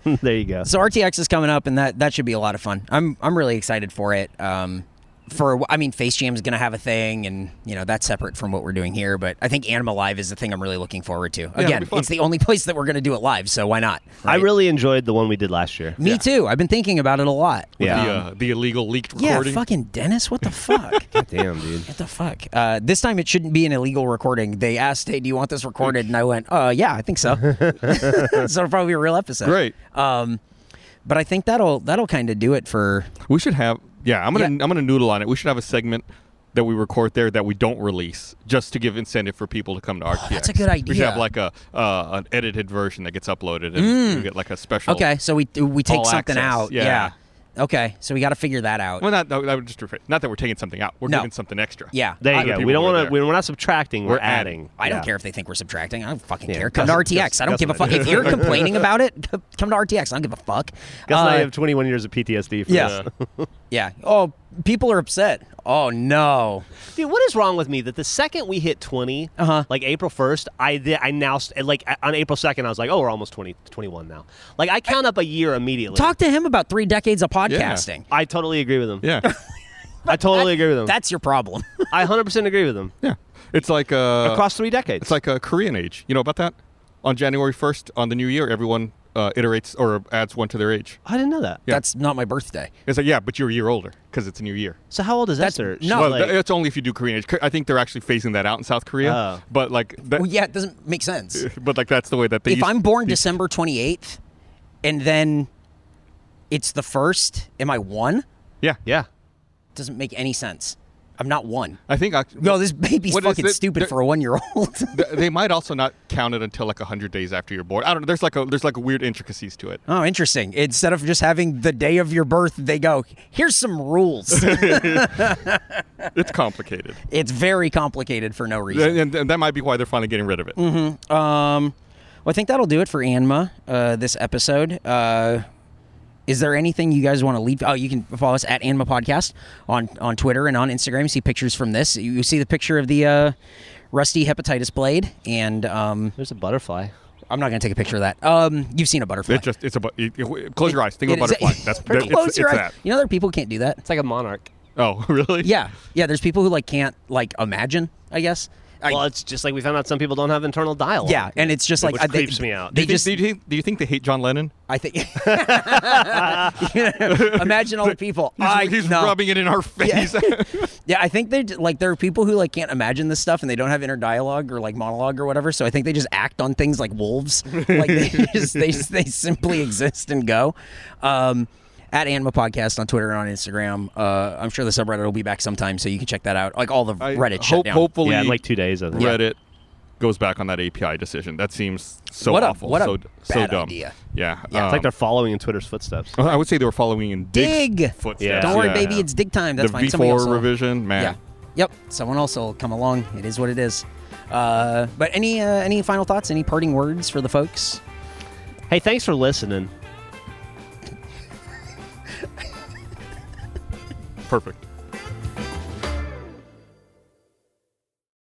[laughs] there you go. So RTX is coming up, and that that should be a lot of fun. I'm I'm really excited for it. Um, for I mean, Face Jam is gonna have a thing, and you know that's separate from what we're doing here. But I think Animal Live is the thing I'm really looking forward to. Again, be fun. it's the only [laughs] place that we're gonna do it live, so why not? I right? really enjoyed the one we did last year. me too. I've been thinking about it a lot. Yeah. [laughs] The, uh, the illegal leaked Yeah, recording. fucking Dennis, [laughs] what the fuck? Damn, dude. What the fuck? Uh, this time it shouldn't be an illegal recording. They asked, "Hey, do you want this recorded?" And I went, "Uh, yeah, I think [laughs] so." [laughs] so it'll probably be a real episode. Great. Um, but I think that'll that'll kind of do it for. We should have. Yeah, I'm gonna. Yeah. I'm gonna noodle on it. We should have a segment that we record there that we don't release, just to give incentive for people to come to RTX. Oh, that's a good We should have idea. Mm. like a uh, an edited version that gets uploaded, and we get like a special. Okay, so we we take All something access, out. yeah. Okay, so we got to figure that out. Well, not. I would just refer. Not that we're taking something out. We're No. giving something extra. yeah. There Other you go. people We don't were want to. there. We're not subtracting. We're, We're adding. adding. I don't Yeah. care if they think we're subtracting. I don't fucking Yeah, care. Come to Gus- RTX. Gus- I don't Gus give a and I fuck. if [laughs] you're complaining about it, [laughs] come to RTX. I don't give a fuck. Gus and I Uh, have 21 years of PTSD. For yeah. [laughs] yeah. Oh, people are upset. Oh no. This. [laughs] Dude, what is wrong with me? That the second we hit 20, Uh-huh. like April 1st, I th- I now st- like I- on April 2nd, I was like, oh, we're almost 20, 21 now. Like I count up a year immediately. Talk to him about three decades of podcasting. I totally agree with him. Yeah. [laughs] I totally agree with [laughs] him. That's your problem. I 100% agree with him. yeah. It's like uh, Across three decades. It's like a Korean age. You know about that? On January 1st, on the new year, everyone uh, iterates or adds one to their age. I didn't know that. That's not my birthday. It's like, yeah, but you're a year older because it's a new year. So how old is that? That's- search? no, well, Like- th- it's only if you do Korean age. K- I think they're actually phasing that out in South Korea. Oh. But like, that, Well, yeah, it doesn't make [laughs] sense. but like that's the way that they. If used- I'm born they- December 28th and then it's the first, am I one? yeah, yeah. Doesn't make any sense. I'm not one. I think. Oct- No, this baby's what is fucking it? stupid There- for a one year old. [laughs] Th- they might also not count it until like 100 days after you're born. I don't know. There's like a there's like weird intricacies to it. [laughs] oh, interesting. Instead of just having the day of your birth, they go, here's some [laughs] rules. It's [laughs] complicated. it's very complicated for no reason. and, and- and that might be why they're finally getting rid of it. Um, well, I think that'll do it for Anma uh, this episode. Uh, is there anything you guys want to leave? Oh, you can follow us at Anma Podcast on on Twitter and on Instagram. You see pictures from this. You you see the picture of the uh, rusty hepatitis blade, and um, There's a butterfly. I'm not going to take a picture of that. Um, you've seen a butterfly. It just it's a bu- you- you- close your eyes. Think of It a is- butterfly. [laughs] That's that, it's, close it's your eyes. that. You know, there are people who can't do that. It's like a monarch. Oh, [laughs] really? Yeah, yeah. There's people who like can't like imagine. I guess. I- well, it's just like we found out some people don't have internal dialogue. yeah, and it's just like Which I- they- creeps me out. They Do you, just think, do, you think, do you think they hate John Lennon? I [laughs] think. [laughs] imagine all the people. He's, I, he's no. rubbing it in our face. [laughs] Yeah, I think they d- like there are people who like can't imagine this stuff and they don't have inner dialogue or like monologue or whatever. So I think they just act on things like [laughs] wolves. Like they just they just, they simply exist and go. Um, at Anima Podcast on Twitter and on Instagram. Uh, I'm sure the subreddit will be back sometime, so you can check that out. Like all the I Reddit shit hope, down. Hopefully, Yeah, in like two days. I think. Reddit goes back on that API decision. That seems so What a- awful. what a so, so bad dumb. idea. Yeah. Yeah. It's like um, they're following in Twitter's footsteps. I would say they were following in Dig's Dig. footsteps. Don't worry, Yeah. baby. It's dig time. That's the fine. Somebody else V4 will- revision, man. Yeah. Yep. Someone else will come along. It is what it is. Uh, but any uh, any final thoughts? Any parting words for the folks? Hey, thanks for listening. Perfect.